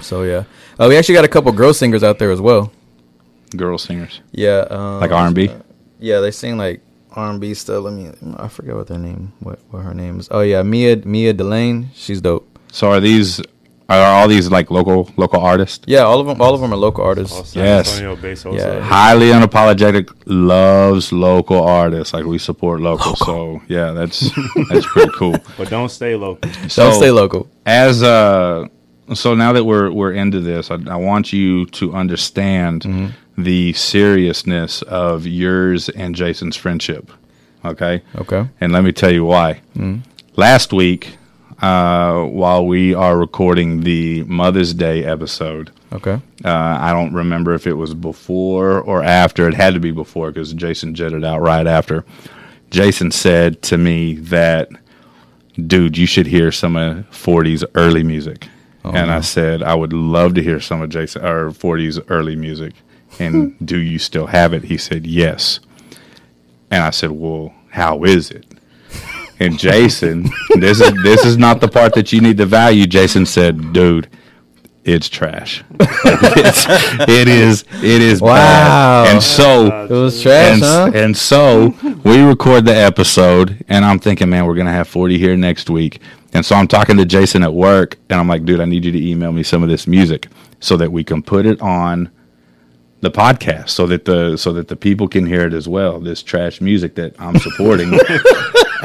[SPEAKER 5] So yeah, uh, we actually got a couple girl singers out there as well.
[SPEAKER 4] girl singers
[SPEAKER 5] Yeah, um,
[SPEAKER 4] like R and B.
[SPEAKER 5] Yeah, they sing like R and B stuff. Let me. I forget what their name. What what her name is? Oh yeah, Mia Mia Delane. She's dope.
[SPEAKER 4] So, are these are all these like local local artists?
[SPEAKER 5] Yeah, all of them. All of them are local artists.
[SPEAKER 6] All San
[SPEAKER 4] Yes.
[SPEAKER 6] Antonio based
[SPEAKER 5] Yeah.
[SPEAKER 6] also.
[SPEAKER 4] Highly unapologetic, loves local artists. Like we support local. So yeah, that's that's pretty cool.
[SPEAKER 6] But don't stay local.
[SPEAKER 4] So,
[SPEAKER 5] Don't stay local.
[SPEAKER 4] as uh so now that we're we're into this i, I want you to understand
[SPEAKER 5] Mm-hmm.
[SPEAKER 4] the seriousness of yours and jason's friendship okay
[SPEAKER 5] Okay. Mm-hmm.
[SPEAKER 4] and let me tell you why last week uh while we are recording the mother's day episode
[SPEAKER 5] Okay.
[SPEAKER 4] uh, I don't remember if it was before or after. It had to be before because Jason jetted out right after. Jason said to me that, dude, you should hear some of 40s early music.
[SPEAKER 5] Oh,
[SPEAKER 4] and I said, I would love to hear some of Jason or 40s early music. And do you still have it? He said, yes. And I said, well, how is it? And Jason, this is this is not the part that you need to value. Jason said, "Dude, it's trash. it's, it is. It is
[SPEAKER 5] Wow.
[SPEAKER 4] bad." And so,
[SPEAKER 5] It was
[SPEAKER 4] and,
[SPEAKER 5] trash,
[SPEAKER 4] s-
[SPEAKER 5] huh?
[SPEAKER 4] and so we record the episode, and I'm thinking, man, we're gonna have 40 here next week. And so I'm talking to Jason at work, and I'm like, dude, I need you to email me some of this music so that we can put it on the podcast, so that the so that the people can hear it as well. This trash music that I'm supporting.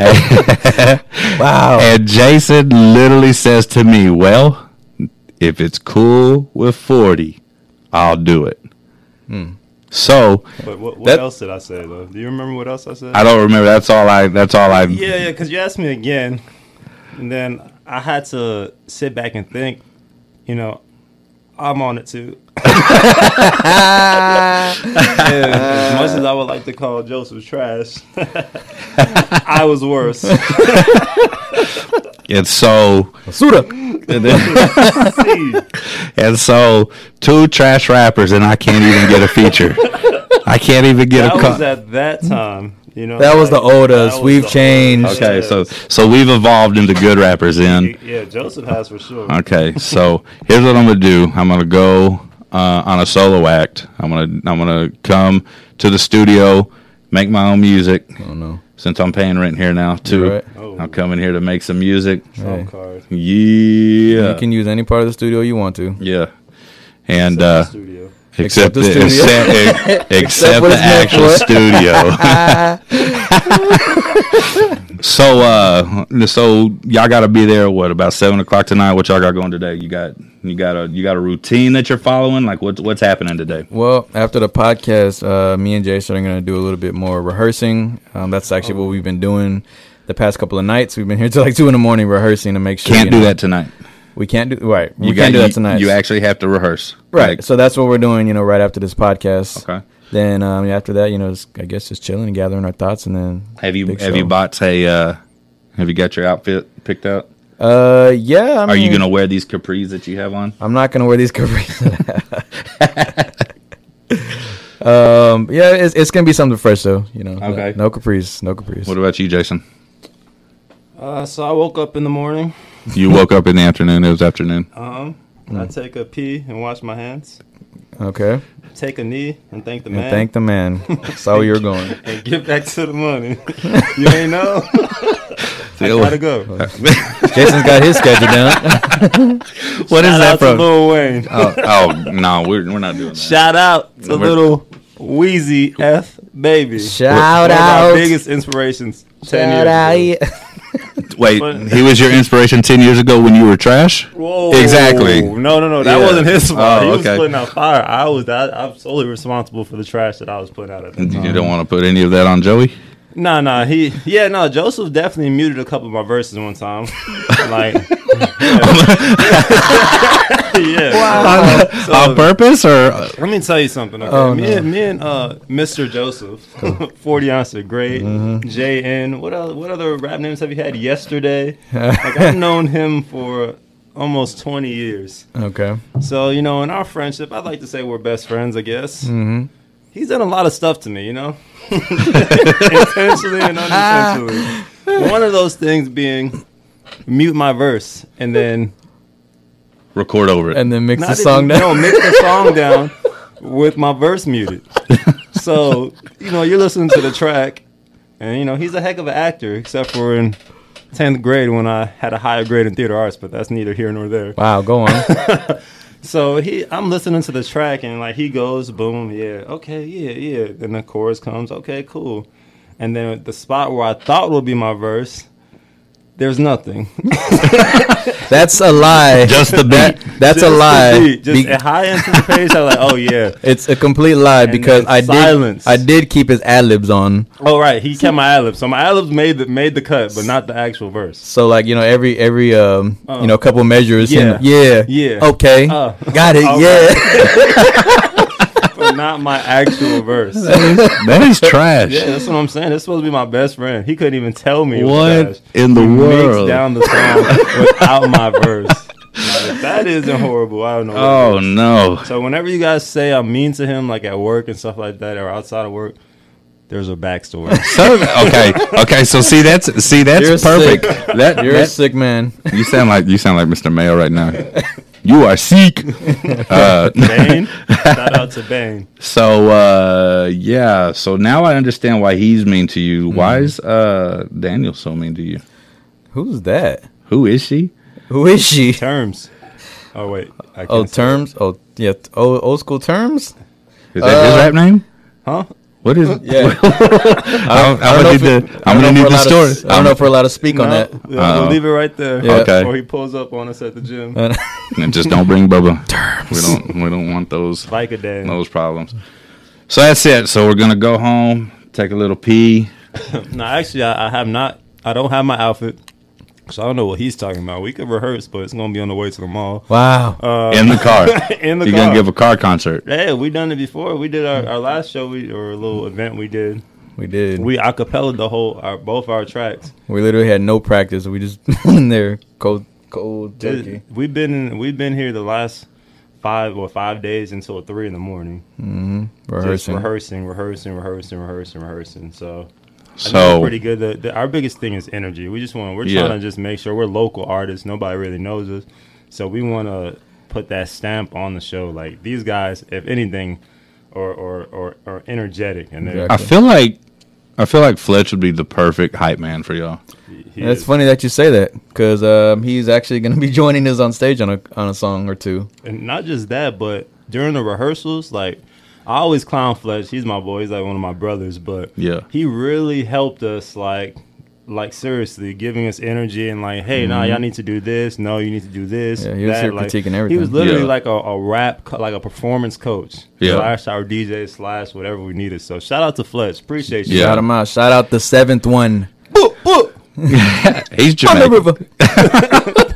[SPEAKER 5] Wow.
[SPEAKER 4] And Jason literally says to me, Well, if it's cool with 40, I'll do it.
[SPEAKER 5] Hmm.
[SPEAKER 4] So
[SPEAKER 6] But what, what
[SPEAKER 5] That-
[SPEAKER 6] else did I say though? Do you remember what else I said?
[SPEAKER 4] I don't remember. That's all I, that's all I,
[SPEAKER 6] yeah, yeah. Because you asked me again, and then I had to sit back and think. You know, I'm on it too. And as much as I would like to call Joseph trash, I was worse.
[SPEAKER 4] and so,
[SPEAKER 5] Suda.
[SPEAKER 4] and so two trash rappers and I can't even get a feature. I can't even get
[SPEAKER 6] That
[SPEAKER 4] a cut.
[SPEAKER 6] was at that time. You know,
[SPEAKER 5] That was the
[SPEAKER 6] like,
[SPEAKER 5] old us.
[SPEAKER 6] that was
[SPEAKER 5] We've
[SPEAKER 6] the old
[SPEAKER 5] changed.
[SPEAKER 6] us.
[SPEAKER 4] okay. So, so we've evolved into good rappers then.
[SPEAKER 6] yeah, Joseph has for sure.
[SPEAKER 4] Okay, so here's what I'm gonna do. I'm gonna go uh, on a solo act. I'm gonna I'm gonna come to the studio, make my own music.
[SPEAKER 5] Oh no.
[SPEAKER 4] Since I'm paying rent here now too,
[SPEAKER 5] right.
[SPEAKER 6] Oh.
[SPEAKER 4] I'm coming here to make some music.
[SPEAKER 6] Trump card.
[SPEAKER 4] Yeah,
[SPEAKER 5] You can use any part of the studio you want to.
[SPEAKER 4] yeah, and uh,
[SPEAKER 6] Studio.
[SPEAKER 4] except
[SPEAKER 5] Except
[SPEAKER 4] the
[SPEAKER 5] the
[SPEAKER 4] except,
[SPEAKER 5] studio.
[SPEAKER 4] except,
[SPEAKER 5] Except what
[SPEAKER 4] the eh,
[SPEAKER 5] it's meant
[SPEAKER 4] actual
[SPEAKER 5] for.
[SPEAKER 4] studio. so uh, so y'all gotta be there. What about seven o'clock tonight? What y'all got going today? You got You got a you got a routine that you're following. Like what's what's happening today?
[SPEAKER 5] Well, after the podcast, uh, me and Jason are going to do a little bit more rehearsing. Um, that's actually
[SPEAKER 4] Oh.
[SPEAKER 5] what we've been doing the past couple of nights. We've been here till like two in the morning rehearsing to make sure.
[SPEAKER 4] Can't
[SPEAKER 5] you
[SPEAKER 4] do
[SPEAKER 5] know,
[SPEAKER 4] that tonight.
[SPEAKER 5] We can't do right. We
[SPEAKER 4] You got-
[SPEAKER 5] can't do
[SPEAKER 4] you-
[SPEAKER 5] that tonight.
[SPEAKER 4] You actually have to rehearse.
[SPEAKER 5] right.
[SPEAKER 4] Like,
[SPEAKER 5] so that's what we're doing. You know, right after this podcast.
[SPEAKER 4] Okay.
[SPEAKER 5] Then um, after that, you know, just, I guess just chilling and gathering our thoughts, and then
[SPEAKER 4] have you
[SPEAKER 5] big
[SPEAKER 4] have you
[SPEAKER 5] show.
[SPEAKER 4] bought a uh, have you got your outfit picked out?
[SPEAKER 5] Uh, yeah. I
[SPEAKER 4] Are you
[SPEAKER 5] mean,
[SPEAKER 4] gonna wear these capris that you have on?
[SPEAKER 5] I'm not gonna wear these capris. um, yeah, it's, it's gonna be something fresh though. You know,
[SPEAKER 4] Okay.
[SPEAKER 5] No capris, no capris.
[SPEAKER 4] What about you, Jason?
[SPEAKER 6] Uh, so I woke up in the morning.
[SPEAKER 4] You woke up in the afternoon. It was afternoon.
[SPEAKER 6] Um, I
[SPEAKER 5] Mm.
[SPEAKER 6] take a pee and wash my hands.
[SPEAKER 5] okay, and
[SPEAKER 6] Take a knee and thank the man.
[SPEAKER 5] thank the man. Saw where you're going.
[SPEAKER 6] and get back to the money. you ain't know. I gotta go.
[SPEAKER 4] Uh,
[SPEAKER 6] What is
[SPEAKER 5] Jason's got his schedule down.
[SPEAKER 4] what is that from?
[SPEAKER 6] Lil Wayne.
[SPEAKER 4] Oh, oh, no, we're we're not doing that.
[SPEAKER 6] Shout out to
[SPEAKER 4] We're-
[SPEAKER 6] little Wheezy F Baby.
[SPEAKER 5] Shout
[SPEAKER 6] One of
[SPEAKER 5] out.
[SPEAKER 6] my biggest inspirations. Ten
[SPEAKER 5] Shout
[SPEAKER 6] years
[SPEAKER 5] out.
[SPEAKER 4] Wait,
[SPEAKER 6] But-
[SPEAKER 4] he was your inspiration ten years ago when you were trash.
[SPEAKER 6] Whoa.
[SPEAKER 4] Exactly.
[SPEAKER 6] No, no, no. That
[SPEAKER 4] Yeah.
[SPEAKER 6] wasn't his fault.
[SPEAKER 4] Oh,
[SPEAKER 6] he was
[SPEAKER 4] okay.
[SPEAKER 6] putting out fire. I was. I, I'm solely responsible for the trash that I was putting out. At that.
[SPEAKER 4] You don't want to put any of that on Joey.
[SPEAKER 6] Nah, nah. He. Yeah, no. Joseph definitely muted a couple of my verses one time. like. Yeah. yeah.
[SPEAKER 4] on purpose or
[SPEAKER 6] Let me tell you something. Okay,
[SPEAKER 5] Oh,
[SPEAKER 6] me,
[SPEAKER 5] no.
[SPEAKER 6] and, me and uh, Mr. Joseph, Forty Ounce, of great
[SPEAKER 5] Mm-hmm.
[SPEAKER 6] JN. What other, what other rap names have you had? Yesterday, like I've known him for almost twenty years.
[SPEAKER 5] okay.
[SPEAKER 6] So you know, in our friendship, I'd like to say we're best friends. I guess
[SPEAKER 5] Mm-hmm.
[SPEAKER 6] he's done a lot of stuff to me. You know, intentionally and unintentionally. One of those things being mute my verse and then
[SPEAKER 4] record over it?
[SPEAKER 5] And then mix
[SPEAKER 6] Not
[SPEAKER 5] the
[SPEAKER 6] that
[SPEAKER 5] song
[SPEAKER 6] you-
[SPEAKER 5] down.
[SPEAKER 6] No, mix the song down with my verse muted. So, you know, you're listening to the track, and, you know, he's a heck of an actor, except for in 10th grade when I had a higher grade in theater arts, but that's neither here nor there.
[SPEAKER 5] Wow, go on.
[SPEAKER 6] So he, I'm listening to the track, and like he goes, boom, yeah, okay, yeah, yeah. Then the chorus comes, okay, cool. And then the spot where I thought would be my verse, there's nothing.
[SPEAKER 5] That's a lie.
[SPEAKER 4] Just the beat.
[SPEAKER 5] That's
[SPEAKER 6] Just
[SPEAKER 5] a
[SPEAKER 6] the
[SPEAKER 5] lie.
[SPEAKER 6] beat, Just
[SPEAKER 5] Be-
[SPEAKER 6] a high anticipation. I'm like, oh yeah,
[SPEAKER 5] it's a complete lie because
[SPEAKER 6] then
[SPEAKER 5] I did
[SPEAKER 6] silence.
[SPEAKER 5] I did keep his ad libs on.
[SPEAKER 6] Oh right, he kept my ad libs. So my ad libs made the made the cut, but not the actual verse.
[SPEAKER 5] So like you know every every um you know couple measures
[SPEAKER 6] Yeah.
[SPEAKER 5] yeah yeah
[SPEAKER 6] Oh. Yeah.
[SPEAKER 5] okay
[SPEAKER 6] Uh.
[SPEAKER 5] got it
[SPEAKER 6] All
[SPEAKER 5] yeah
[SPEAKER 6] But not my actual verse. yeah,
[SPEAKER 4] that is trash.
[SPEAKER 6] that's what I'm saying. That's supposed to be my best friend. He couldn't even tell me it was
[SPEAKER 4] What
[SPEAKER 6] trash.
[SPEAKER 4] in the
[SPEAKER 6] He mixed
[SPEAKER 4] world?
[SPEAKER 6] down the song without my verse. Like, that isn't horrible. I don't know. what
[SPEAKER 4] Oh
[SPEAKER 6] is.
[SPEAKER 4] no!
[SPEAKER 6] So whenever you guys say I'm mean to him, like at work and stuff like that, or outside of work, there's a backstory.
[SPEAKER 4] So, okay, okay. So see, that's see, that's
[SPEAKER 5] You're
[SPEAKER 4] perfect.
[SPEAKER 5] sick.
[SPEAKER 4] That,
[SPEAKER 5] you're a
[SPEAKER 4] that-
[SPEAKER 5] sick man
[SPEAKER 4] you sound like you sound like Mr. Mayo right now. You are sick. Uh,
[SPEAKER 6] Bane, shout out to Bane.
[SPEAKER 4] so uh, yeah. So now I understand why he's mean to you. Why
[SPEAKER 5] Mm-hmm.
[SPEAKER 4] is uh, Daniel so mean to you?
[SPEAKER 5] who's that
[SPEAKER 4] Who is she?
[SPEAKER 5] who is she
[SPEAKER 6] Terms. Oh wait. I
[SPEAKER 5] oh
[SPEAKER 6] can't say-
[SPEAKER 5] terms oh yeah t- old, old school terms
[SPEAKER 4] Is that his
[SPEAKER 5] Uh,
[SPEAKER 4] rap name?
[SPEAKER 6] Huh?
[SPEAKER 4] What is?
[SPEAKER 5] yeah
[SPEAKER 4] I'm, I'm gonna
[SPEAKER 5] I don't
[SPEAKER 4] need
[SPEAKER 5] know if
[SPEAKER 4] the.
[SPEAKER 5] we- I
[SPEAKER 4] I'm
[SPEAKER 5] don't
[SPEAKER 4] gonna need
[SPEAKER 5] know if
[SPEAKER 4] the
[SPEAKER 5] we're allowed
[SPEAKER 4] story.
[SPEAKER 5] to- I don't know if we're allowed to speak on
[SPEAKER 6] No,
[SPEAKER 5] that.
[SPEAKER 6] yeah, we'll
[SPEAKER 4] Uh-oh.
[SPEAKER 6] leave it right there.
[SPEAKER 5] Yeah.
[SPEAKER 4] Okay.
[SPEAKER 6] Or he pulls up on us at the gym.
[SPEAKER 4] And just don't bring Bubba. We don't. We don't want those
[SPEAKER 6] like a day.
[SPEAKER 4] those problems. So that's it. So we're gonna go home, take a little pee.
[SPEAKER 6] No, actually, I, I have not. I don't have my outfit, so I don't know what he's talking about. We could rehearse, but it's gonna be on the way to the mall.
[SPEAKER 5] wow
[SPEAKER 4] in the car.
[SPEAKER 6] In the
[SPEAKER 4] You're
[SPEAKER 6] car.
[SPEAKER 4] gonna give a car concert.
[SPEAKER 6] Hey, we done it before. We did our, our last show, we or a little event we did.
[SPEAKER 5] we did we,
[SPEAKER 6] We acapella the whole our both our tracks.
[SPEAKER 5] literally had no practice we just in there cold cold turkey
[SPEAKER 6] We've been we've been here the last five or five days until three in the morning, just
[SPEAKER 5] rehearsing
[SPEAKER 6] rehearsing, rehearsing, rehearsing, rehearsing, rehearsing. So I think we're
[SPEAKER 4] So
[SPEAKER 6] pretty good. The, the, our biggest thing is energy. We just want we're
[SPEAKER 4] Yeah.
[SPEAKER 6] trying to just make sure we're local artists. Nobody really knows us, so we want to put that stamp on the show. Like these guys, if anything, are or or, are energetic, and they're
[SPEAKER 4] I feel like I feel like Fletch would be the perfect hype man for y'all.
[SPEAKER 6] he
[SPEAKER 5] That's
[SPEAKER 6] is.
[SPEAKER 5] funny that you say that because um, he's actually going to be joining us on stage on a on a song or two.
[SPEAKER 6] and not just that, but during the rehearsals, like I always clown Fletch. He's my boy. He's like one of my brothers, but
[SPEAKER 4] Yeah.
[SPEAKER 6] he really helped us like like seriously giving us energy and like, hey, nah, y'all need to do this. No, you need to do this.
[SPEAKER 5] Mm-hmm. Yeah, he was here
[SPEAKER 6] like,
[SPEAKER 5] critiquing
[SPEAKER 6] He
[SPEAKER 5] everything.
[SPEAKER 6] was literally
[SPEAKER 4] Yeah.
[SPEAKER 6] like a, a rap, co- like a performance coach
[SPEAKER 4] Yeah.
[SPEAKER 6] slash our DJ slash whatever we needed. So shout out to Fletch, appreciate you.
[SPEAKER 4] Yeah.
[SPEAKER 5] Shout him out. Shout out the seventh one.
[SPEAKER 4] He's
[SPEAKER 5] On the
[SPEAKER 4] Jamaican.
[SPEAKER 5] river.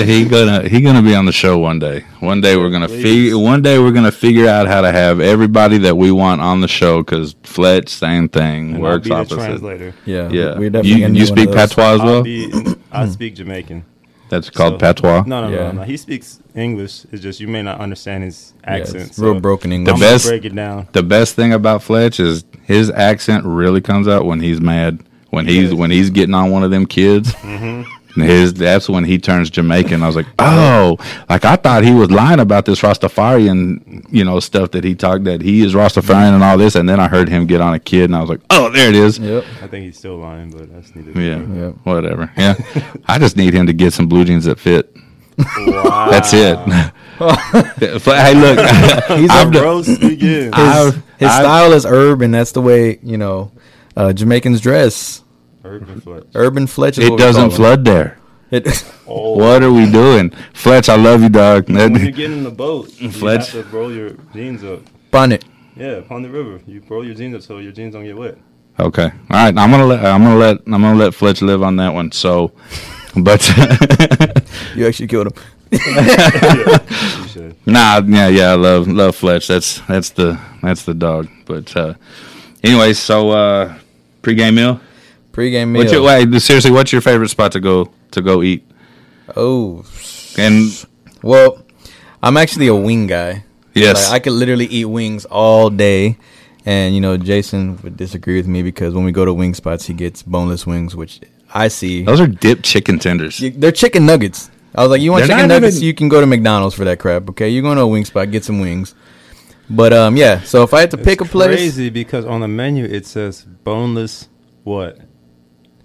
[SPEAKER 4] he gonna he gonna be on the show one day. One day we're gonna fig- one day we're gonna figure out how to have everybody that we want on the show because Fletch, same thing,
[SPEAKER 6] And I'll
[SPEAKER 4] works
[SPEAKER 6] be the
[SPEAKER 4] opposite.
[SPEAKER 6] translator.
[SPEAKER 5] Yeah.
[SPEAKER 4] Yeah,
[SPEAKER 5] We're definitely
[SPEAKER 4] you,
[SPEAKER 5] gonna
[SPEAKER 4] you
[SPEAKER 5] do one of
[SPEAKER 4] speak
[SPEAKER 5] those.
[SPEAKER 4] patois as
[SPEAKER 6] I'll
[SPEAKER 4] well.
[SPEAKER 6] be, I speak Jamaican.
[SPEAKER 4] That's called
[SPEAKER 6] So-
[SPEAKER 4] patois.
[SPEAKER 6] No, no,
[SPEAKER 5] Yeah.
[SPEAKER 6] no, no. He speaks English. It's just you may not understand his
[SPEAKER 5] Yeah, it's
[SPEAKER 6] accent.
[SPEAKER 5] real
[SPEAKER 6] so
[SPEAKER 5] broken
[SPEAKER 6] I'm
[SPEAKER 5] English.
[SPEAKER 6] gonna
[SPEAKER 4] best-
[SPEAKER 6] break it down.
[SPEAKER 4] The best thing about Fletch is his accent really comes out when he's mad. When he's
[SPEAKER 6] Yes.
[SPEAKER 4] when he's getting on one of them kids. and His that's when he turns Jamaican. I was like, oh, like I thought he was lying about this Rastafarian, you know, stuff that he talked that he is Rastafarian and all this. And then I heard him get on a kid, and I was like, oh, there it is.
[SPEAKER 5] Yep.
[SPEAKER 6] I think he's still lying, but that's needed.
[SPEAKER 4] Yeah,
[SPEAKER 5] Yep.
[SPEAKER 4] whatever. Yeah, I just need him to get some blue jeans that fit.
[SPEAKER 6] Wow.
[SPEAKER 4] That's it. hey, look,
[SPEAKER 5] He's
[SPEAKER 4] I've
[SPEAKER 5] a-
[SPEAKER 4] done-
[SPEAKER 6] Roast begins.
[SPEAKER 5] his,
[SPEAKER 4] I've-
[SPEAKER 5] his
[SPEAKER 4] I've-
[SPEAKER 5] style is urban. That's the way you know uh, Jamaicans dress.
[SPEAKER 6] Urban Fletch.
[SPEAKER 5] Urban Fletch. Is
[SPEAKER 4] it
[SPEAKER 5] what we call
[SPEAKER 4] doesn't
[SPEAKER 5] him.
[SPEAKER 4] flood there.
[SPEAKER 5] It,
[SPEAKER 6] Oh,
[SPEAKER 4] What are we doing, Fletch? I love you, dog.
[SPEAKER 6] When you get in the boat, you
[SPEAKER 4] Fletch.
[SPEAKER 6] have to roll your jeans up.
[SPEAKER 5] bonnet.
[SPEAKER 6] Yeah, upon the river, you roll your jeans up so your jeans don't get wet.
[SPEAKER 4] Okay. All right. I'm gonna let I'm gonna let I'm gonna let Fletch live on that one. So, but
[SPEAKER 5] You actually killed him.
[SPEAKER 6] You should.
[SPEAKER 4] nah, yeah, yeah. I love love Fletch. That's that's the that's the dog. But uh, anyway, so uh, pregame meal.
[SPEAKER 5] Pre-game meal.
[SPEAKER 4] What's your, wait, seriously, what's your favorite spot to go to go eat?
[SPEAKER 5] Oh,
[SPEAKER 4] And
[SPEAKER 5] well, I'm actually a wing guy.
[SPEAKER 4] yes,
[SPEAKER 5] Like, I could literally eat wings all day. And, you know, Jason would disagree with me because when we go to wing spots, he gets boneless wings, which I see.
[SPEAKER 4] those are dipped chicken tenders.
[SPEAKER 5] You- They're chicken nuggets. I was like, you want
[SPEAKER 4] They're
[SPEAKER 5] chicken
[SPEAKER 4] not
[SPEAKER 5] nuggets?
[SPEAKER 4] even-
[SPEAKER 5] You can go to McDonald's for that crap, okay? You're going to a wing spot, get some wings. But, um, yeah, so if I had to pick a place,
[SPEAKER 6] Crazy because on the menu it says boneless what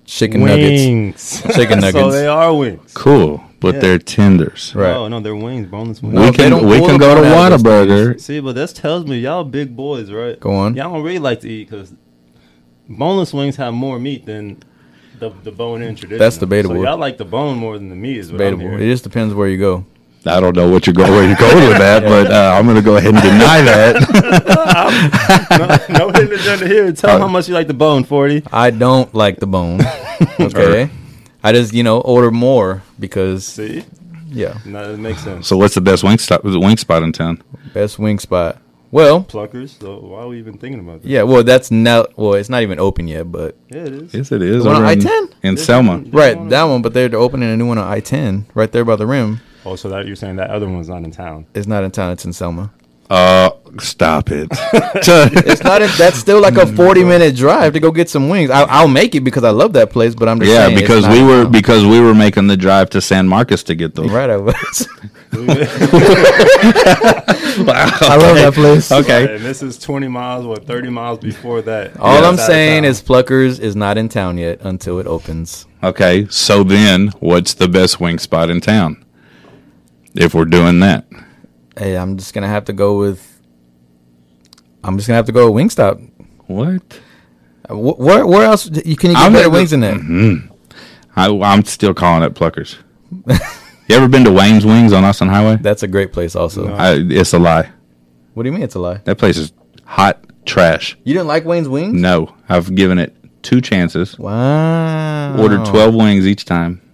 [SPEAKER 5] chicken nuggets.
[SPEAKER 6] wings.
[SPEAKER 5] Chicken
[SPEAKER 6] so
[SPEAKER 5] nuggets.
[SPEAKER 6] they are wings.
[SPEAKER 4] Cool, but
[SPEAKER 6] Yeah.
[SPEAKER 4] they're tenders.
[SPEAKER 5] Right.
[SPEAKER 6] No, no, they're wings. Boneless wings.
[SPEAKER 5] No,
[SPEAKER 4] we
[SPEAKER 5] they don't
[SPEAKER 4] can we
[SPEAKER 5] pull
[SPEAKER 4] can
[SPEAKER 5] the
[SPEAKER 4] go to
[SPEAKER 5] bone out of those
[SPEAKER 4] Whataburger.
[SPEAKER 6] See, but that tells me y'all big boys, right?
[SPEAKER 5] Go on.
[SPEAKER 6] Y'all don't really like to eat because boneless wings have more meat than the, the bone in tradition.
[SPEAKER 5] debatable.
[SPEAKER 6] So y'all like the bone more than the meat is what I'm
[SPEAKER 5] Debatable. It
[SPEAKER 6] hearing.
[SPEAKER 5] just depends where you go.
[SPEAKER 4] I don't know what you're going where you're going with that, but uh, I'm going to go ahead and deny that.
[SPEAKER 6] no, no hidden agenda here. Tell
[SPEAKER 5] Uh,
[SPEAKER 6] them how much you like the bone, forty.
[SPEAKER 5] I don't like the bone, okay? I just, you know, order more because,
[SPEAKER 6] See,
[SPEAKER 5] yeah,
[SPEAKER 6] no, that makes sense.
[SPEAKER 4] so what's the best wing stop? The wing spot in town?
[SPEAKER 5] best wing spot. Well,
[SPEAKER 6] Pluckers. So why are we even thinking about that?
[SPEAKER 5] yeah, well, that's not, well, it's not even open yet, but
[SPEAKER 6] Yeah, it is.
[SPEAKER 4] Yes, it is.
[SPEAKER 5] The one
[SPEAKER 4] over
[SPEAKER 5] on
[SPEAKER 4] in-
[SPEAKER 5] I-10?
[SPEAKER 4] in Selma.
[SPEAKER 5] Right, that one, but they're they're opening a new one on I ten right there by the rim.
[SPEAKER 6] Oh, so that you're saying that other one's not in town?
[SPEAKER 5] It's not in town; it's in Selma.
[SPEAKER 4] Uh, stop it.
[SPEAKER 5] It's not. In, that's still like a forty minute drive to go get some wings. I, I'll make it because I love that place, but I'm just
[SPEAKER 4] yeah,
[SPEAKER 5] saying it's
[SPEAKER 4] because
[SPEAKER 5] not
[SPEAKER 4] we
[SPEAKER 5] in
[SPEAKER 4] were
[SPEAKER 5] town.
[SPEAKER 4] because we were making the drive to San Marcos to get those.
[SPEAKER 5] right. I was.
[SPEAKER 4] Wow.
[SPEAKER 5] I love that place.
[SPEAKER 4] Okay.
[SPEAKER 6] And this is 20 miles or 30 miles before that.
[SPEAKER 5] All
[SPEAKER 6] Yeah.
[SPEAKER 5] I'm
[SPEAKER 6] Outside of
[SPEAKER 5] saying
[SPEAKER 6] town.
[SPEAKER 5] is Pluckers is not in town yet until it opens.
[SPEAKER 4] Okay. So then, what's the best wing spot in town? If we're doing that,
[SPEAKER 5] Hey, I'm just gonna have to go with. I'm just gonna have to go with Wingstop.
[SPEAKER 4] what?
[SPEAKER 5] Uh, wh- Where where else d- you can you get
[SPEAKER 4] I'm Mm-hmm.
[SPEAKER 5] better
[SPEAKER 4] not-
[SPEAKER 5] wings than that?
[SPEAKER 4] I, I'm still calling it Pluckers. you ever been to Wayne's Wings on Austin Highway?
[SPEAKER 5] That's a great place. Also,
[SPEAKER 4] I, it's a lie.
[SPEAKER 5] what do you mean it's a lie?
[SPEAKER 4] That place is hot trash.
[SPEAKER 5] You didn't like Wayne's Wings?
[SPEAKER 4] No, I've given it two chances.
[SPEAKER 5] Wow.
[SPEAKER 4] Ordered twelve wings each time.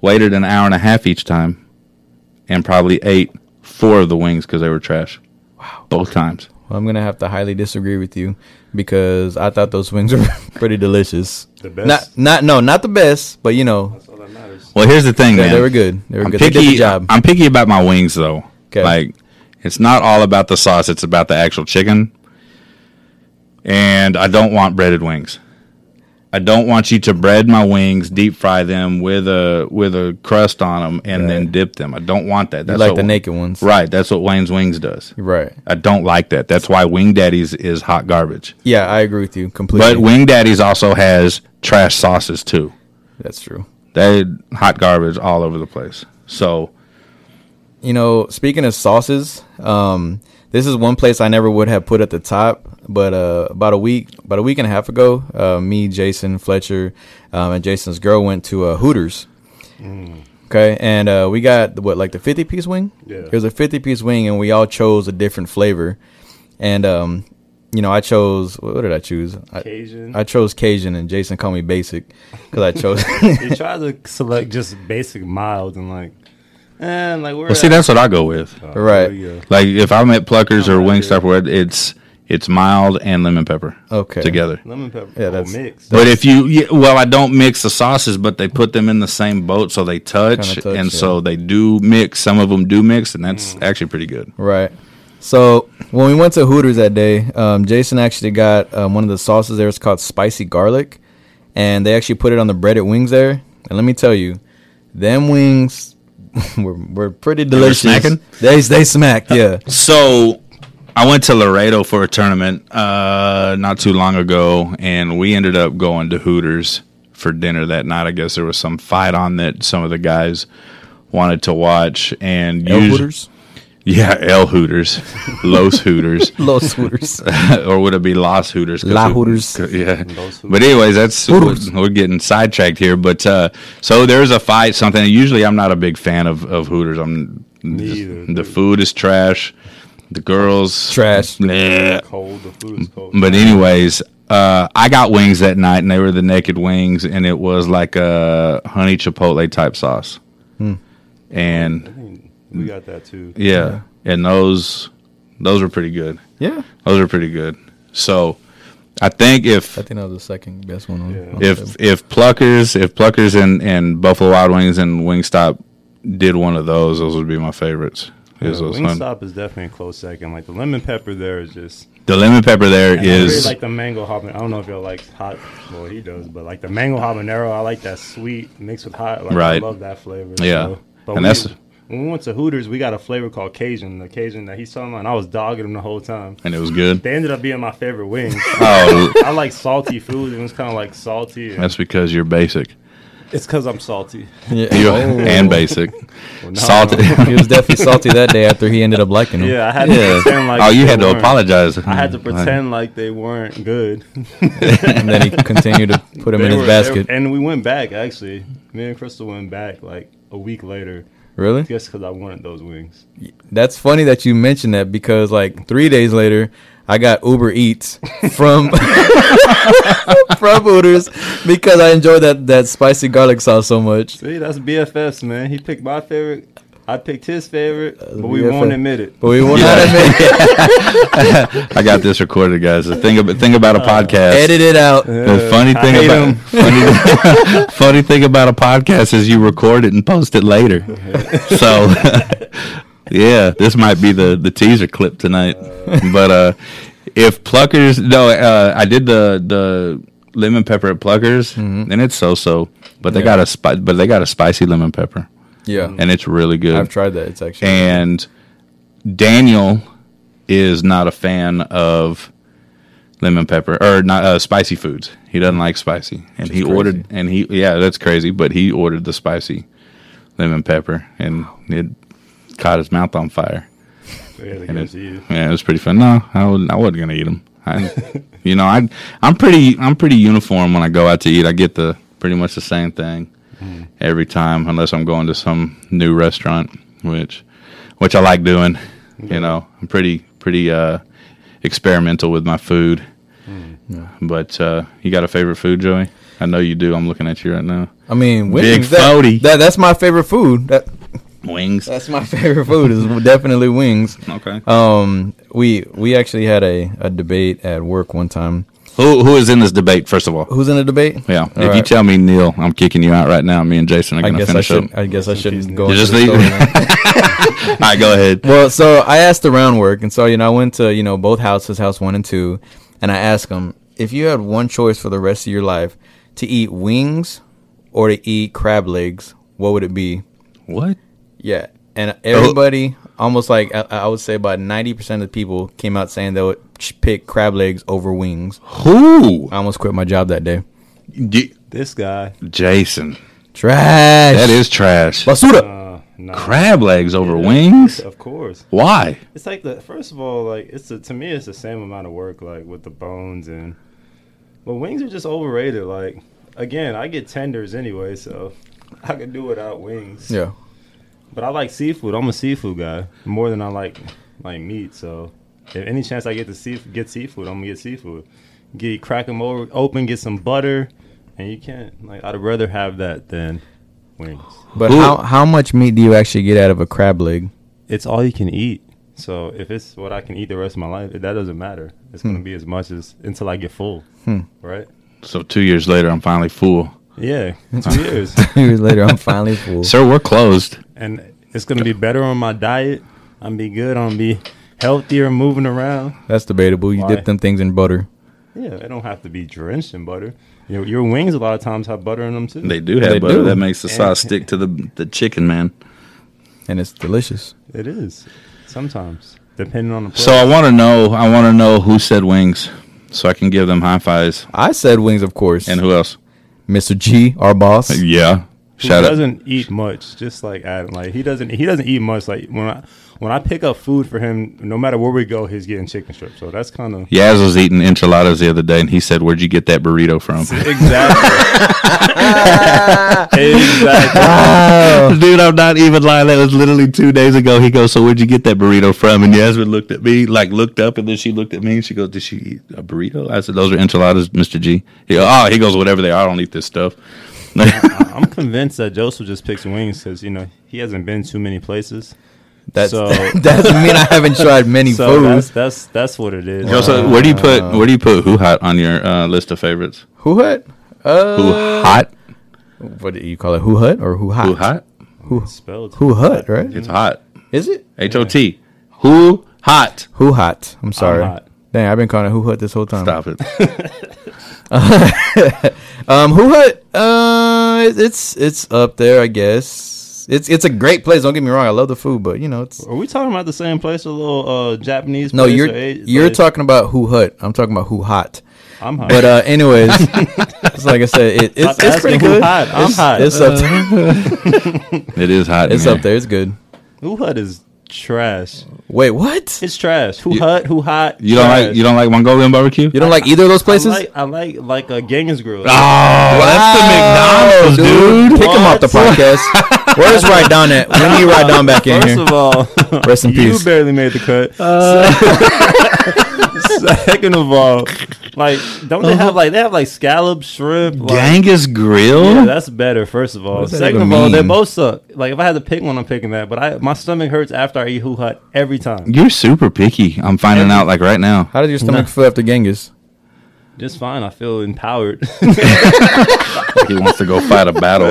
[SPEAKER 4] Waited an hour and a half each time, and probably ate four of the wings because they were trash. Wow. Both times.
[SPEAKER 5] Well, I'm gonna have to highly disagree with you because I thought those wings were pretty delicious.
[SPEAKER 6] The best?
[SPEAKER 5] Not, not, no, not the best, but you know,
[SPEAKER 6] That's all that matters.
[SPEAKER 4] Well, here's the thing,
[SPEAKER 5] yeah,
[SPEAKER 4] man.
[SPEAKER 5] they were good. They were
[SPEAKER 4] I'm
[SPEAKER 5] good. They did
[SPEAKER 4] picky.
[SPEAKER 5] the job.
[SPEAKER 4] I'm picky about my wings, though.
[SPEAKER 5] 'Kay.
[SPEAKER 4] Like, it's not all about the sauce; it's about the actual chicken. And I don't want breaded wings. I don't want you to bread my wings, deep fry them with a with a crust on them, and then dip them. I don't want that.
[SPEAKER 5] You
[SPEAKER 4] That's
[SPEAKER 5] like
[SPEAKER 4] what-
[SPEAKER 5] the naked ones,
[SPEAKER 4] Right. That's what Wayne's Wings does.
[SPEAKER 5] Right.
[SPEAKER 4] I don't like that. That's why Wing Daddies is hot garbage.
[SPEAKER 5] Yeah, I agree with you completely.
[SPEAKER 4] But Wing Daddies also has trash sauces too.
[SPEAKER 5] that's true.
[SPEAKER 4] They hot garbage all over the place. So
[SPEAKER 5] You know, speaking of sauces, um, This is one place I never would have put at the top, but uh, about a week, about a week and a half ago, uh, me, Jason, Fletcher, um, and Jason's girl went to uh, Hooters. Okay, and uh, we got what like the fifty piece wing.
[SPEAKER 6] Mm. Yeah.
[SPEAKER 5] it was a fifty piece wing, and we all chose a different flavor. And um, you know, I chose what did I choose? I,
[SPEAKER 6] Cajun.
[SPEAKER 5] I chose Cajun, and Jason called me basic because I chose.
[SPEAKER 6] They try to select just basic mild and like, and like we're
[SPEAKER 4] Well, see, that's what I go with.
[SPEAKER 6] Oh,
[SPEAKER 5] right.
[SPEAKER 4] Uh, Like if I'm at Pluckers or Wingstop, where it's it's mild and lemon pepper
[SPEAKER 5] Okay.
[SPEAKER 4] together.
[SPEAKER 6] lemon pepper. oh,
[SPEAKER 5] Yeah,
[SPEAKER 6] Yeah,
[SPEAKER 5] that's-
[SPEAKER 6] that's mixed.
[SPEAKER 4] But if you, yeah, well, I don't mix the sauces, but they put them in the same boat, so they touch, Mm.
[SPEAKER 5] touch,
[SPEAKER 4] and
[SPEAKER 5] yeah.
[SPEAKER 4] so they do mix. Some of them do mix, and that's actually pretty good.
[SPEAKER 5] Right. So when we went to Hooters that day, um, Jason actually got um, one of the sauces there. It's called spicy garlic, and they actually put it on the breaded wings there. And let me tell you, them wings were, were pretty
[SPEAKER 4] were
[SPEAKER 5] delicious.
[SPEAKER 4] smacking?
[SPEAKER 5] They they smacked, yeah.
[SPEAKER 4] So I went to Laredo for a tournament uh, not too long ago, and we ended up going to Hooters for dinner that night. I guess there was some fight on that some of the guys wanted to watch, and
[SPEAKER 5] El
[SPEAKER 4] usu-
[SPEAKER 5] Hooters,
[SPEAKER 4] yeah, L Hooters, Los Hooters.
[SPEAKER 5] Los Hooters.
[SPEAKER 4] or would it be Los Hooters? 'Cause
[SPEAKER 5] La
[SPEAKER 4] we-
[SPEAKER 5] Hooters.
[SPEAKER 4] Yeah. But anyways, that's we're,
[SPEAKER 5] Hooters.
[SPEAKER 4] we're getting sidetracked here. But uh, so there's a fight, something. Usually, I'm not a big fan of, of Hooters. I'm just-
[SPEAKER 6] either.
[SPEAKER 4] the food is trash. The girls
[SPEAKER 5] Trash.
[SPEAKER 4] Bleh.
[SPEAKER 6] cold. The food is cold.
[SPEAKER 4] But anyways, uh, I got wings that night, and they were the naked wings, and it was like a honey chipotle type sauce.
[SPEAKER 5] Hmm.
[SPEAKER 4] And
[SPEAKER 6] we got that too.
[SPEAKER 4] yeah, and those those were pretty good.
[SPEAKER 5] yeah,
[SPEAKER 4] Those are pretty good. So I think if
[SPEAKER 5] I think that was the second best one. On, on the table.
[SPEAKER 4] if if Pluckers if Pluckers and, and Buffalo Wild Wings and Wingstop did one of those, those would be my favorites. Is
[SPEAKER 6] Yeah,
[SPEAKER 4] those hun-
[SPEAKER 6] Uh, Wingstop is definitely a close second. Like the lemon pepper there is just.
[SPEAKER 4] The lemon pepper there
[SPEAKER 6] and I really
[SPEAKER 4] is
[SPEAKER 6] like the mango habanero. I don't know if y'all like hot. Well, he does, but like the mango habanero, I like that sweet mixed with hot. Like,
[SPEAKER 4] Right.
[SPEAKER 6] I love that flavor.
[SPEAKER 4] Yeah.
[SPEAKER 6] so- But
[SPEAKER 4] And
[SPEAKER 6] we,
[SPEAKER 4] that's-
[SPEAKER 6] when we went to Hooters, we got a flavor called Cajun. The Cajun that he saw mine, I was dogging him the whole time.
[SPEAKER 4] and it was good.
[SPEAKER 6] They ended up being my favorite wings.
[SPEAKER 4] Oh,
[SPEAKER 6] I like salty food, and it's kind of like salty. And
[SPEAKER 4] that's because you're basic.
[SPEAKER 6] it's because I'm salty.
[SPEAKER 5] yeah.
[SPEAKER 4] You
[SPEAKER 5] Oh.
[SPEAKER 4] and basic. Salted.
[SPEAKER 5] he was definitely salty that day after he ended up liking him.
[SPEAKER 6] Yeah, I had
[SPEAKER 4] Yeah.
[SPEAKER 6] to pretend like.
[SPEAKER 4] oh, you
[SPEAKER 6] they
[SPEAKER 4] had to
[SPEAKER 6] weren't-
[SPEAKER 4] apologize.
[SPEAKER 6] I had to pretend like they weren't good.
[SPEAKER 5] and then he continued to put him
[SPEAKER 6] They
[SPEAKER 5] in his
[SPEAKER 6] were- they were-
[SPEAKER 5] basket.
[SPEAKER 6] and we went back actually. Me and Crystal went back like a week later,
[SPEAKER 5] really?
[SPEAKER 6] just because I wanted those wings.
[SPEAKER 5] That's funny that you mentioned that because like three days later, I got Uber Eats from from Hooters because I enjoyed that that spicy garlic sauce so much.
[SPEAKER 6] See, that's BFFs, man. He picked my favorite. I picked his favorite,
[SPEAKER 4] Uh,
[SPEAKER 6] but we
[SPEAKER 5] BFF.
[SPEAKER 6] won't admit it.
[SPEAKER 5] But we won't
[SPEAKER 4] Yeah.
[SPEAKER 5] have to
[SPEAKER 4] I got this recorded, guys. The thing about thing
[SPEAKER 6] Uh,
[SPEAKER 4] about a podcast.
[SPEAKER 5] edit it out.
[SPEAKER 4] The funny thing
[SPEAKER 6] hate
[SPEAKER 4] about
[SPEAKER 6] 'em.
[SPEAKER 4] funny, funny thing about a podcast is you record it and post it later. so yeah, this might be the the teaser clip tonight. but uh if Pluckers no, uh I did the the lemon pepper at Pluckers and it's so so, but they
[SPEAKER 5] Yeah.
[SPEAKER 4] got a spi- but they got a spicy lemon pepper
[SPEAKER 5] Yeah,
[SPEAKER 4] and it's really good.
[SPEAKER 5] I've tried that. It's actually
[SPEAKER 4] And Daniel is not a fan of lemon pepper or not uh, spicy foods. He doesn't like spicy, and he
[SPEAKER 5] crazy.
[SPEAKER 4] ordered and he yeah that's crazy, but he ordered the spicy lemon pepper and it caught his mouth on fire.
[SPEAKER 6] Yeah, they give it to you.
[SPEAKER 4] Yeah, it was pretty fun. No, I would I wasn't gonna eat them. I, you know I I'm pretty I'm pretty uniform when I go out to eat. I get the pretty much the same thing
[SPEAKER 5] Mm.
[SPEAKER 4] every time, unless I'm going to some new restaurant, which which I like doing. You know, I'm pretty pretty uh, experimental with my food.
[SPEAKER 5] Mm.
[SPEAKER 4] But uh, you got a favorite food, Joey? I know you do. I'm looking at you right now.
[SPEAKER 5] I mean wings.
[SPEAKER 4] Big
[SPEAKER 5] that,
[SPEAKER 4] Fody.
[SPEAKER 5] that that's my favorite food. That
[SPEAKER 4] Wings. Uh,
[SPEAKER 5] that's my favorite food is definitely wings.
[SPEAKER 4] Okay.
[SPEAKER 5] Um, we we actually had a a debate at work one time.
[SPEAKER 4] who who is in this debate? First of all,
[SPEAKER 5] Who's in a debate?
[SPEAKER 4] Yeah.
[SPEAKER 5] All
[SPEAKER 4] if you
[SPEAKER 5] right.
[SPEAKER 4] tell me Neil, I'm kicking you out right now. Me and Jason are
[SPEAKER 5] I
[SPEAKER 4] going to
[SPEAKER 5] guess I
[SPEAKER 4] finish up.
[SPEAKER 5] should. I guess I shouldn't go.
[SPEAKER 4] You
[SPEAKER 5] into
[SPEAKER 4] just
[SPEAKER 5] the
[SPEAKER 4] leave.
[SPEAKER 5] story now.
[SPEAKER 4] All right, go ahead.
[SPEAKER 5] Well, so I asked around work, and so you know, I went to you know both houses, house one and two, and I asked them if you had one choice for the rest of your life to eat wings or to eat crab legs, what would it be?
[SPEAKER 4] What?
[SPEAKER 5] Yeah, Oh. and everybody, almost like I, I would say, about ninety percent of the people came out saying they would ch- pick crab legs over wings.
[SPEAKER 4] Who?
[SPEAKER 5] I almost quit my job that day.
[SPEAKER 4] D-
[SPEAKER 6] This guy,
[SPEAKER 4] Jason.
[SPEAKER 5] Trash.
[SPEAKER 4] That is trash.
[SPEAKER 5] basura.
[SPEAKER 6] uh, Nah.
[SPEAKER 4] Crab legs over
[SPEAKER 6] Yeah,
[SPEAKER 4] wings?
[SPEAKER 6] Of course.
[SPEAKER 4] Why?
[SPEAKER 6] It's like the first of all, like it's the to me, it's the same amount of work, like with the bones and. But wings are just overrated. Like again, I get tenders anyway, so I could do without wings.
[SPEAKER 5] Yeah.
[SPEAKER 6] But I like seafood. I'm a seafood guy more than I like like meat. So if any chance I get to see get seafood, I'm gonna get seafood. Get crack them over, open, get some butter, and you can't like. I'd rather have that than wings.
[SPEAKER 5] But
[SPEAKER 4] Ooh.
[SPEAKER 5] how how much meat do you actually get out of a crab leg?
[SPEAKER 6] It's all you can eat. So if it's what I can eat the rest of my life, that doesn't matter. It's
[SPEAKER 4] Hmm.
[SPEAKER 6] gonna be as much as until I get full, right?
[SPEAKER 4] So two years later, I'm finally full.
[SPEAKER 6] Yeah, two years,
[SPEAKER 5] Years later, I'm finally full.
[SPEAKER 4] Sir, we're closed.
[SPEAKER 6] and it's gonna be better on my diet. I'm be good. I'm be healthier, moving around.
[SPEAKER 5] That's debatable. You
[SPEAKER 6] Why?
[SPEAKER 5] dip them things in butter.
[SPEAKER 6] Yeah, they don't have to be drenched in butter. Your, your wings a lot of times have butter in them too.
[SPEAKER 4] They do have
[SPEAKER 5] They
[SPEAKER 4] butter.
[SPEAKER 5] do.
[SPEAKER 4] That makes the sauce stick to the the chicken, man.
[SPEAKER 5] and it's delicious.
[SPEAKER 6] it is sometimes depending on the.
[SPEAKER 4] So I want to know. I want to know who said wings, so I can give them high fives.
[SPEAKER 5] I said wings, of course.
[SPEAKER 4] And
[SPEAKER 5] And
[SPEAKER 4] who else?
[SPEAKER 5] Mr. G, our boss.
[SPEAKER 4] Yeah.
[SPEAKER 6] He
[SPEAKER 4] Shout out.
[SPEAKER 6] doesn't eat much, just like Adam. Like he doesn't he doesn't eat much. Like when I when I pick up food for him, no matter where we go, he's getting chicken strips. So that's kind of
[SPEAKER 4] Yaz was eating enchiladas the other day, and he said, "Where'd you get that burrito from?"
[SPEAKER 6] exactly exactly.
[SPEAKER 4] Dude, I'm not even lying. That was literally two days ago. He goes, "So where'd you get that burrito from?" And Yasmin looked at me, like looked up, and then she looked at me and she goes, "Did she eat a burrito?" I said, "Those are enchiladas, Mr. G." He goes, "Oh," he goes, "Whatever they are, I don't eat this stuff."
[SPEAKER 6] I'm convinced that Joseph just picks wings because you know he hasn't been too many places.
[SPEAKER 5] That's,
[SPEAKER 6] So-
[SPEAKER 5] that doesn't mean I haven't tried many
[SPEAKER 6] So that's
[SPEAKER 5] foods.
[SPEAKER 6] that's that's what it is.
[SPEAKER 4] Joseph, where do you put where do you put Who Hot on your uh, list of favorites?
[SPEAKER 5] Who hut?
[SPEAKER 4] Who
[SPEAKER 5] Uh,
[SPEAKER 4] Hot?
[SPEAKER 5] what do you call it? Who hut or who hot?
[SPEAKER 4] Who Hot?
[SPEAKER 6] It's spelled
[SPEAKER 5] Who hut? Right?
[SPEAKER 4] It's hot.
[SPEAKER 5] Is it
[SPEAKER 4] H O T. Who Hot?
[SPEAKER 5] who hot? I'm sorry.
[SPEAKER 6] hot.
[SPEAKER 5] Dang, I've been calling it who hut this whole time.
[SPEAKER 4] Stop it.
[SPEAKER 5] Um, who hut? Uh, it- it's it's up there, I guess. It's it's a great place. Don't get me wrong. I love the food, but you know it's.
[SPEAKER 6] Are we talking about the same place? A little uh, Japanese?
[SPEAKER 5] No,
[SPEAKER 6] place
[SPEAKER 5] you're
[SPEAKER 6] or a-
[SPEAKER 5] you're
[SPEAKER 6] like-
[SPEAKER 5] talking about who hut. I'm talking about who hot.
[SPEAKER 6] I'm hot.
[SPEAKER 5] But uh, anyways, it's like I said, it, it's,
[SPEAKER 6] Stop
[SPEAKER 5] it's pretty
[SPEAKER 6] asking who
[SPEAKER 5] good.
[SPEAKER 6] hot. I'm
[SPEAKER 5] it's,
[SPEAKER 6] hot. Uh-huh.
[SPEAKER 5] It's up there.
[SPEAKER 4] It is hot. in
[SPEAKER 5] It's up there. It's good.
[SPEAKER 6] Who hut is trash.
[SPEAKER 5] Wait, what?
[SPEAKER 6] It's trash. Who hut? Who hot?
[SPEAKER 4] You don't like you don't like Mongolian barbecue?
[SPEAKER 5] You don't like either of those
[SPEAKER 6] I
[SPEAKER 5] places?
[SPEAKER 6] like I like like a Genghis grill.
[SPEAKER 4] Oh, that's the McDonald's, dude.
[SPEAKER 5] Pick him off the podcast. Where's Right Down at? We need Right Down back in
[SPEAKER 6] First
[SPEAKER 5] here.
[SPEAKER 6] of all,
[SPEAKER 5] Rest in
[SPEAKER 6] you
[SPEAKER 5] peace.
[SPEAKER 6] barely made the cut. Second of all, like don't they have like they have like scallop shrimp? Like,
[SPEAKER 4] Genghis Grill.
[SPEAKER 6] Yeah, that's better. First of all,
[SPEAKER 5] does that
[SPEAKER 6] second of
[SPEAKER 5] even
[SPEAKER 6] all, they
[SPEAKER 5] mean?
[SPEAKER 6] both suck. Like if I had to pick one, I'm picking that. But I my stomach hurts after I eat Who Hut every time.
[SPEAKER 4] You're super picky. I'm finding out like right now.
[SPEAKER 5] How did your stomach feel after Genghis?
[SPEAKER 6] Just fine. I feel empowered.
[SPEAKER 4] He wants to go fight a battle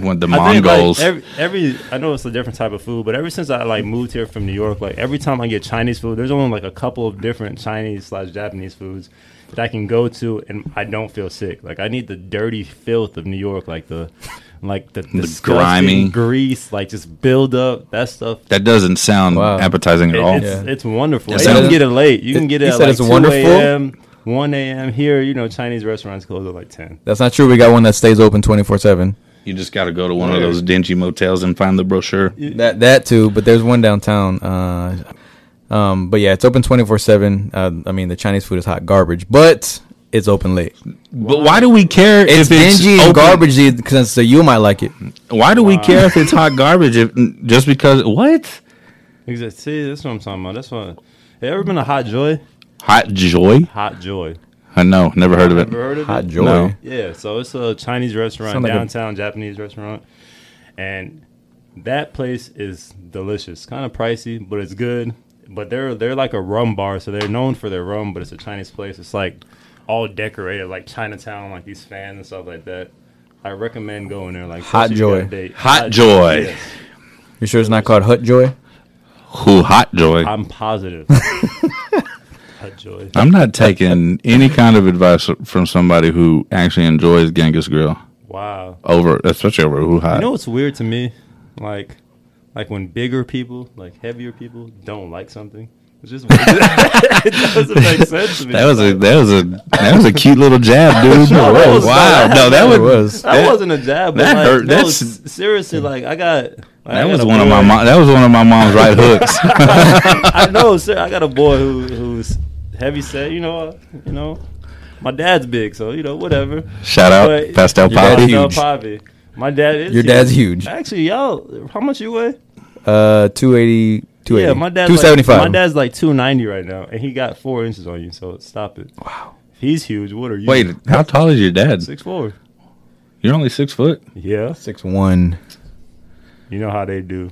[SPEAKER 4] with the
[SPEAKER 6] I think, like,
[SPEAKER 4] Mongols.
[SPEAKER 6] every, every I know it's a different type of food, but ever since I like moved here from New York, like every time I get Chinese food, there's only like a couple of different Chinese slash Japanese foods that I can go to and I don't feel sick. Like I need the dirty filth of New York, like the like the, disgusting
[SPEAKER 4] grimy.
[SPEAKER 6] grease, like just build up that stuff.
[SPEAKER 4] that doesn't sound
[SPEAKER 5] Wow.
[SPEAKER 4] appetizing at
[SPEAKER 6] It-
[SPEAKER 4] all.
[SPEAKER 6] it's, it's wonderful.
[SPEAKER 4] It
[SPEAKER 6] you
[SPEAKER 4] sounds-
[SPEAKER 6] can get it late. You can get it.
[SPEAKER 5] You
[SPEAKER 6] at,
[SPEAKER 5] said
[SPEAKER 6] like
[SPEAKER 5] it's
[SPEAKER 6] 2
[SPEAKER 5] wonderful?
[SPEAKER 6] a.m., One a.m. here, you know, Chinese restaurants close at like ten.
[SPEAKER 5] That's not true. We got one that stays open 24 7.
[SPEAKER 4] You just got to go to one of those dingy motels and find the brochure.
[SPEAKER 5] That that too, but there's one downtown. Uh, um, but yeah, it's open 24 7. Uh, I mean, the Chinese food is hot garbage, but it's open late.
[SPEAKER 4] But why do we care
[SPEAKER 5] It's
[SPEAKER 4] if it's
[SPEAKER 5] dingy and
[SPEAKER 4] open-
[SPEAKER 5] garbage because so you might like it.
[SPEAKER 4] Why do we care if it's hot garbage? If just because what
[SPEAKER 6] Exactly. See, that's what I'm talking about. That's what. Have you ever been a hot joy?
[SPEAKER 4] hot joy?
[SPEAKER 6] Hot Joy.
[SPEAKER 4] I know, never heard of
[SPEAKER 6] Ever
[SPEAKER 4] it.
[SPEAKER 6] heard of
[SPEAKER 5] Hot
[SPEAKER 6] it?
[SPEAKER 5] joy.
[SPEAKER 4] No.
[SPEAKER 6] Yeah, so it's a Chinese restaurant,
[SPEAKER 5] Sound like a-
[SPEAKER 6] downtown Japanese restaurant. And that place is delicious. Kind of pricey, but it's good. But they're they're like a rum bar, so they're known for their rum, but it's a Chinese place. It's like all decorated like Chinatown, like these fans and stuff like that. I recommend going there like
[SPEAKER 5] Hot
[SPEAKER 6] especially if you
[SPEAKER 5] Joy.
[SPEAKER 6] got a date.
[SPEAKER 4] Hot Joy.
[SPEAKER 6] yes.
[SPEAKER 5] You sure it's not called Hut Joy?
[SPEAKER 4] Who hot joy?
[SPEAKER 6] I'm positive. Hot Joy.
[SPEAKER 4] I'm not taking any kind of advice from somebody who actually enjoys Genghis Grill
[SPEAKER 6] Wow.
[SPEAKER 4] over, especially over Who Hot.
[SPEAKER 6] You know what's weird to me? Like, like when bigger people, like heavier people, don't like something. It's just it doesn't make sense to me.
[SPEAKER 4] That was a that was a that was a cute little jab, dude.
[SPEAKER 6] No, it was
[SPEAKER 4] wow,
[SPEAKER 6] not.
[SPEAKER 4] no, that was,
[SPEAKER 5] It was.
[SPEAKER 6] That, wasn't a jab. But
[SPEAKER 4] that
[SPEAKER 6] like,
[SPEAKER 4] hurt.
[SPEAKER 6] no,
[SPEAKER 4] That's-
[SPEAKER 6] s- seriously like I got. like, I
[SPEAKER 4] that
[SPEAKER 6] got
[SPEAKER 4] was
[SPEAKER 6] a
[SPEAKER 4] one of
[SPEAKER 6] boy-
[SPEAKER 4] my mom. That was one of my mom's right hooks.
[SPEAKER 6] I know, sir. I got a boy who who's heavy set. You know, uh, you know, my dad's big, so you know, whatever.
[SPEAKER 4] Shout out
[SPEAKER 6] But-
[SPEAKER 4] Pastel
[SPEAKER 5] Your dad's
[SPEAKER 4] Poppy.
[SPEAKER 6] Pastel
[SPEAKER 5] huge.
[SPEAKER 6] Poppy. My dad is.
[SPEAKER 5] Your
[SPEAKER 6] huge.
[SPEAKER 5] dad's huge.
[SPEAKER 6] Actually, y'all, how much you weigh?
[SPEAKER 5] Uh, 280, 280.
[SPEAKER 6] Yeah, my dad's
[SPEAKER 5] two seventy five.
[SPEAKER 6] Like, my dad's like two ninety right now, and he got four inches on you. So stop it. Wow. He's huge. What are you?
[SPEAKER 4] Wait, how tall is your dad?
[SPEAKER 6] six four.
[SPEAKER 4] You're only six foot.
[SPEAKER 6] Yeah,
[SPEAKER 5] six one.
[SPEAKER 6] you know how they do.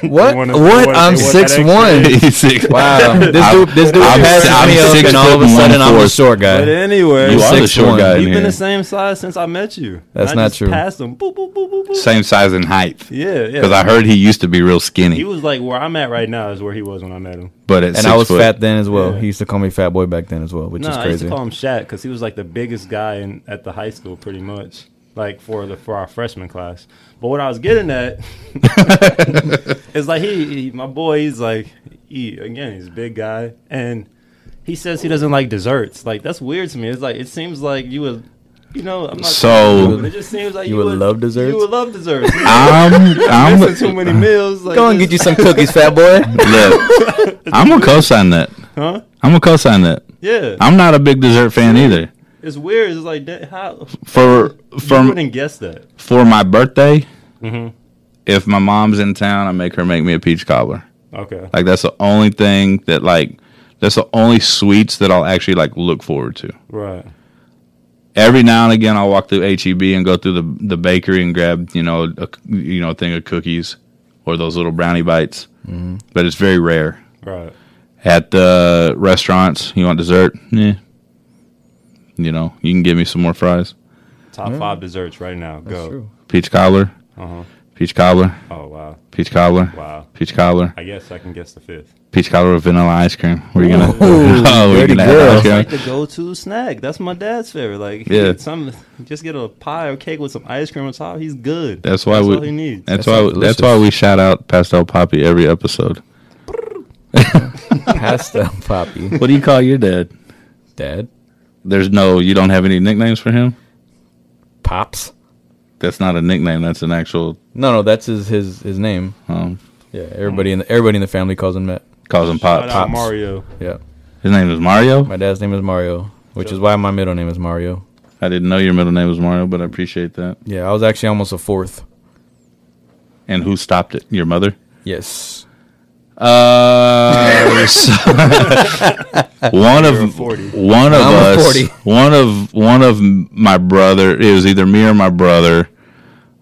[SPEAKER 6] wanna-
[SPEAKER 5] What?
[SPEAKER 6] they
[SPEAKER 5] what?
[SPEAKER 6] wanna-
[SPEAKER 5] I'm
[SPEAKER 6] they want that
[SPEAKER 5] six
[SPEAKER 6] extra
[SPEAKER 5] one.
[SPEAKER 4] six.
[SPEAKER 5] Wow. This dude, this dude
[SPEAKER 4] I'm-
[SPEAKER 5] passes
[SPEAKER 4] I'm
[SPEAKER 5] me up,
[SPEAKER 4] six
[SPEAKER 5] and all of
[SPEAKER 4] foot
[SPEAKER 5] a
[SPEAKER 4] and
[SPEAKER 5] sudden I'm the
[SPEAKER 4] one-fourth.
[SPEAKER 5] short
[SPEAKER 6] But
[SPEAKER 5] guy.
[SPEAKER 6] anyway,
[SPEAKER 4] You are the
[SPEAKER 5] six
[SPEAKER 4] short
[SPEAKER 5] one.
[SPEAKER 4] guy in
[SPEAKER 6] You've been
[SPEAKER 4] here.
[SPEAKER 6] the same size since I met you.
[SPEAKER 5] That's
[SPEAKER 6] I
[SPEAKER 5] not
[SPEAKER 6] just
[SPEAKER 5] true.
[SPEAKER 6] Passed him. Boop, boop, boop, boop, boop.
[SPEAKER 4] Same size and height.
[SPEAKER 6] Yeah, yeah.
[SPEAKER 4] Because I heard he used to be real
[SPEAKER 6] he
[SPEAKER 4] skinny,
[SPEAKER 6] was like where I'm at right now is where he was when I met him.
[SPEAKER 4] but at
[SPEAKER 5] And
[SPEAKER 4] six
[SPEAKER 5] I was
[SPEAKER 4] foot,
[SPEAKER 5] fat then as well.
[SPEAKER 6] Yeah.
[SPEAKER 5] He used to call me fat boy back then as well, which
[SPEAKER 6] No,
[SPEAKER 5] is
[SPEAKER 6] I used
[SPEAKER 5] crazy.
[SPEAKER 6] to call him Shaq because he was like the biggest guy in at the high school, pretty much, like for the for our freshman class. But what I was getting at is like he, he, my boy, he's like he again, he's a big guy, and he says he doesn't like desserts. Like that's weird to me. It's like it seems like you would, you know, I'm not
[SPEAKER 4] So-
[SPEAKER 6] but it just seems like
[SPEAKER 5] You would love desserts?
[SPEAKER 6] You would love desserts.
[SPEAKER 4] I'm I'm
[SPEAKER 6] Missing too many meals. Like
[SPEAKER 5] Go and
[SPEAKER 6] this-
[SPEAKER 5] get you some cookies, fat boy.
[SPEAKER 4] look, I'm gonna co-sign that.
[SPEAKER 6] huh?
[SPEAKER 4] I'm gonna co-sign that.
[SPEAKER 6] Yeah,
[SPEAKER 4] I'm not a big dessert fan either.
[SPEAKER 6] it's weird. It's like that- how
[SPEAKER 4] For
[SPEAKER 6] you
[SPEAKER 4] for
[SPEAKER 6] wouldn't guess that.
[SPEAKER 4] for my birthday,
[SPEAKER 6] Mm-hmm.
[SPEAKER 4] if my mom's in town, I make her make me a peach cobbler.
[SPEAKER 6] Okay.
[SPEAKER 4] Like that's the only thing that like that's the only sweets that I'll actually like look forward to.
[SPEAKER 6] Right.
[SPEAKER 4] Every now and again, I'll walk through HEB and go through the the bakery and grab you know a you know a thing of cookies or those little brownie bites,
[SPEAKER 6] Mm-hmm.
[SPEAKER 4] but it's very rare.
[SPEAKER 6] Right.
[SPEAKER 4] At the restaurants, you want dessert? Yeah. You know, you can give me some more fries.
[SPEAKER 6] Top five desserts right now. Go.
[SPEAKER 4] Peach cobbler,
[SPEAKER 6] Uh-huh.
[SPEAKER 4] peach cobbler,
[SPEAKER 6] Oh wow.
[SPEAKER 4] peach cobbler,
[SPEAKER 6] Wow.
[SPEAKER 4] peach cobbler,
[SPEAKER 6] I guess I can guess the fifth.
[SPEAKER 4] peach cobbler with vanilla ice cream. We're gonna,
[SPEAKER 5] Ooh,
[SPEAKER 4] oh, we're
[SPEAKER 5] dirty
[SPEAKER 4] gonna
[SPEAKER 5] girl.
[SPEAKER 4] have ice cream.
[SPEAKER 6] Like the go-to snack. That's my dad's favorite. Like
[SPEAKER 4] Yeah.
[SPEAKER 6] yeah. some just get a pie or cake with some ice cream on top. He's good.
[SPEAKER 4] That's why we.
[SPEAKER 6] all he needs.
[SPEAKER 4] That's,
[SPEAKER 5] That
[SPEAKER 4] why.
[SPEAKER 5] sounds
[SPEAKER 4] That's
[SPEAKER 5] delicious.
[SPEAKER 4] why we shout out Pastel Poppy every episode.
[SPEAKER 5] Pasta poppy.
[SPEAKER 4] What do you call your dad?
[SPEAKER 5] Dad.
[SPEAKER 4] There's no. You don't have any nicknames for him.
[SPEAKER 5] Pops.
[SPEAKER 4] That's not a nickname. That's an actual.
[SPEAKER 5] No, no, that's his his, his name.
[SPEAKER 4] Um,
[SPEAKER 5] Yeah, everybody in the, everybody in the family calls him that.
[SPEAKER 4] calls him
[SPEAKER 6] Shout
[SPEAKER 4] Pop.
[SPEAKER 6] out
[SPEAKER 4] Pops.
[SPEAKER 6] Mario.
[SPEAKER 5] Yeah,
[SPEAKER 4] His name is Mario.
[SPEAKER 5] my dad's name is Mario, which is why my middle name is Mario.
[SPEAKER 4] I didn't know your middle name was Mario, but I appreciate that.
[SPEAKER 5] Yeah, I was actually almost a fourth.
[SPEAKER 4] And who stopped it? Your mother.
[SPEAKER 5] Yes.
[SPEAKER 4] Uh, one of
[SPEAKER 6] 40.
[SPEAKER 4] one of
[SPEAKER 5] I'm a
[SPEAKER 4] us,
[SPEAKER 5] 40.
[SPEAKER 4] one of one of my brother. It was either me or my brother.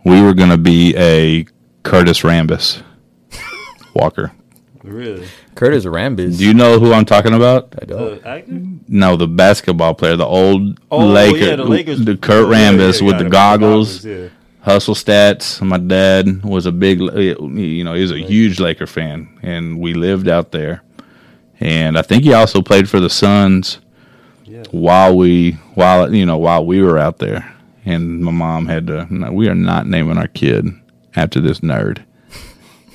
[SPEAKER 4] We were gonna be a Curtis Rambus Walker.
[SPEAKER 6] Really?
[SPEAKER 5] Curtis Rambis.
[SPEAKER 4] Do you know who I'm talking about?
[SPEAKER 5] I don't.
[SPEAKER 6] The actor?
[SPEAKER 4] No, the basketball player, the old
[SPEAKER 6] Oh,
[SPEAKER 4] Laker,
[SPEAKER 6] yeah, the Lakers.
[SPEAKER 4] the Kurt
[SPEAKER 6] Yeah, yeah,
[SPEAKER 4] Rambis
[SPEAKER 6] yeah,
[SPEAKER 4] with
[SPEAKER 6] got it,
[SPEAKER 4] the goggles,
[SPEAKER 6] yeah.
[SPEAKER 4] hustle stats. My dad was a big, uh, you know, he was a huge Laker fan, and we lived out there. And I think he also played for the Suns
[SPEAKER 6] Yeah.
[SPEAKER 4] while we, while you know, while we were out there. And my mom had to. No, we are not naming our kid after this nerd,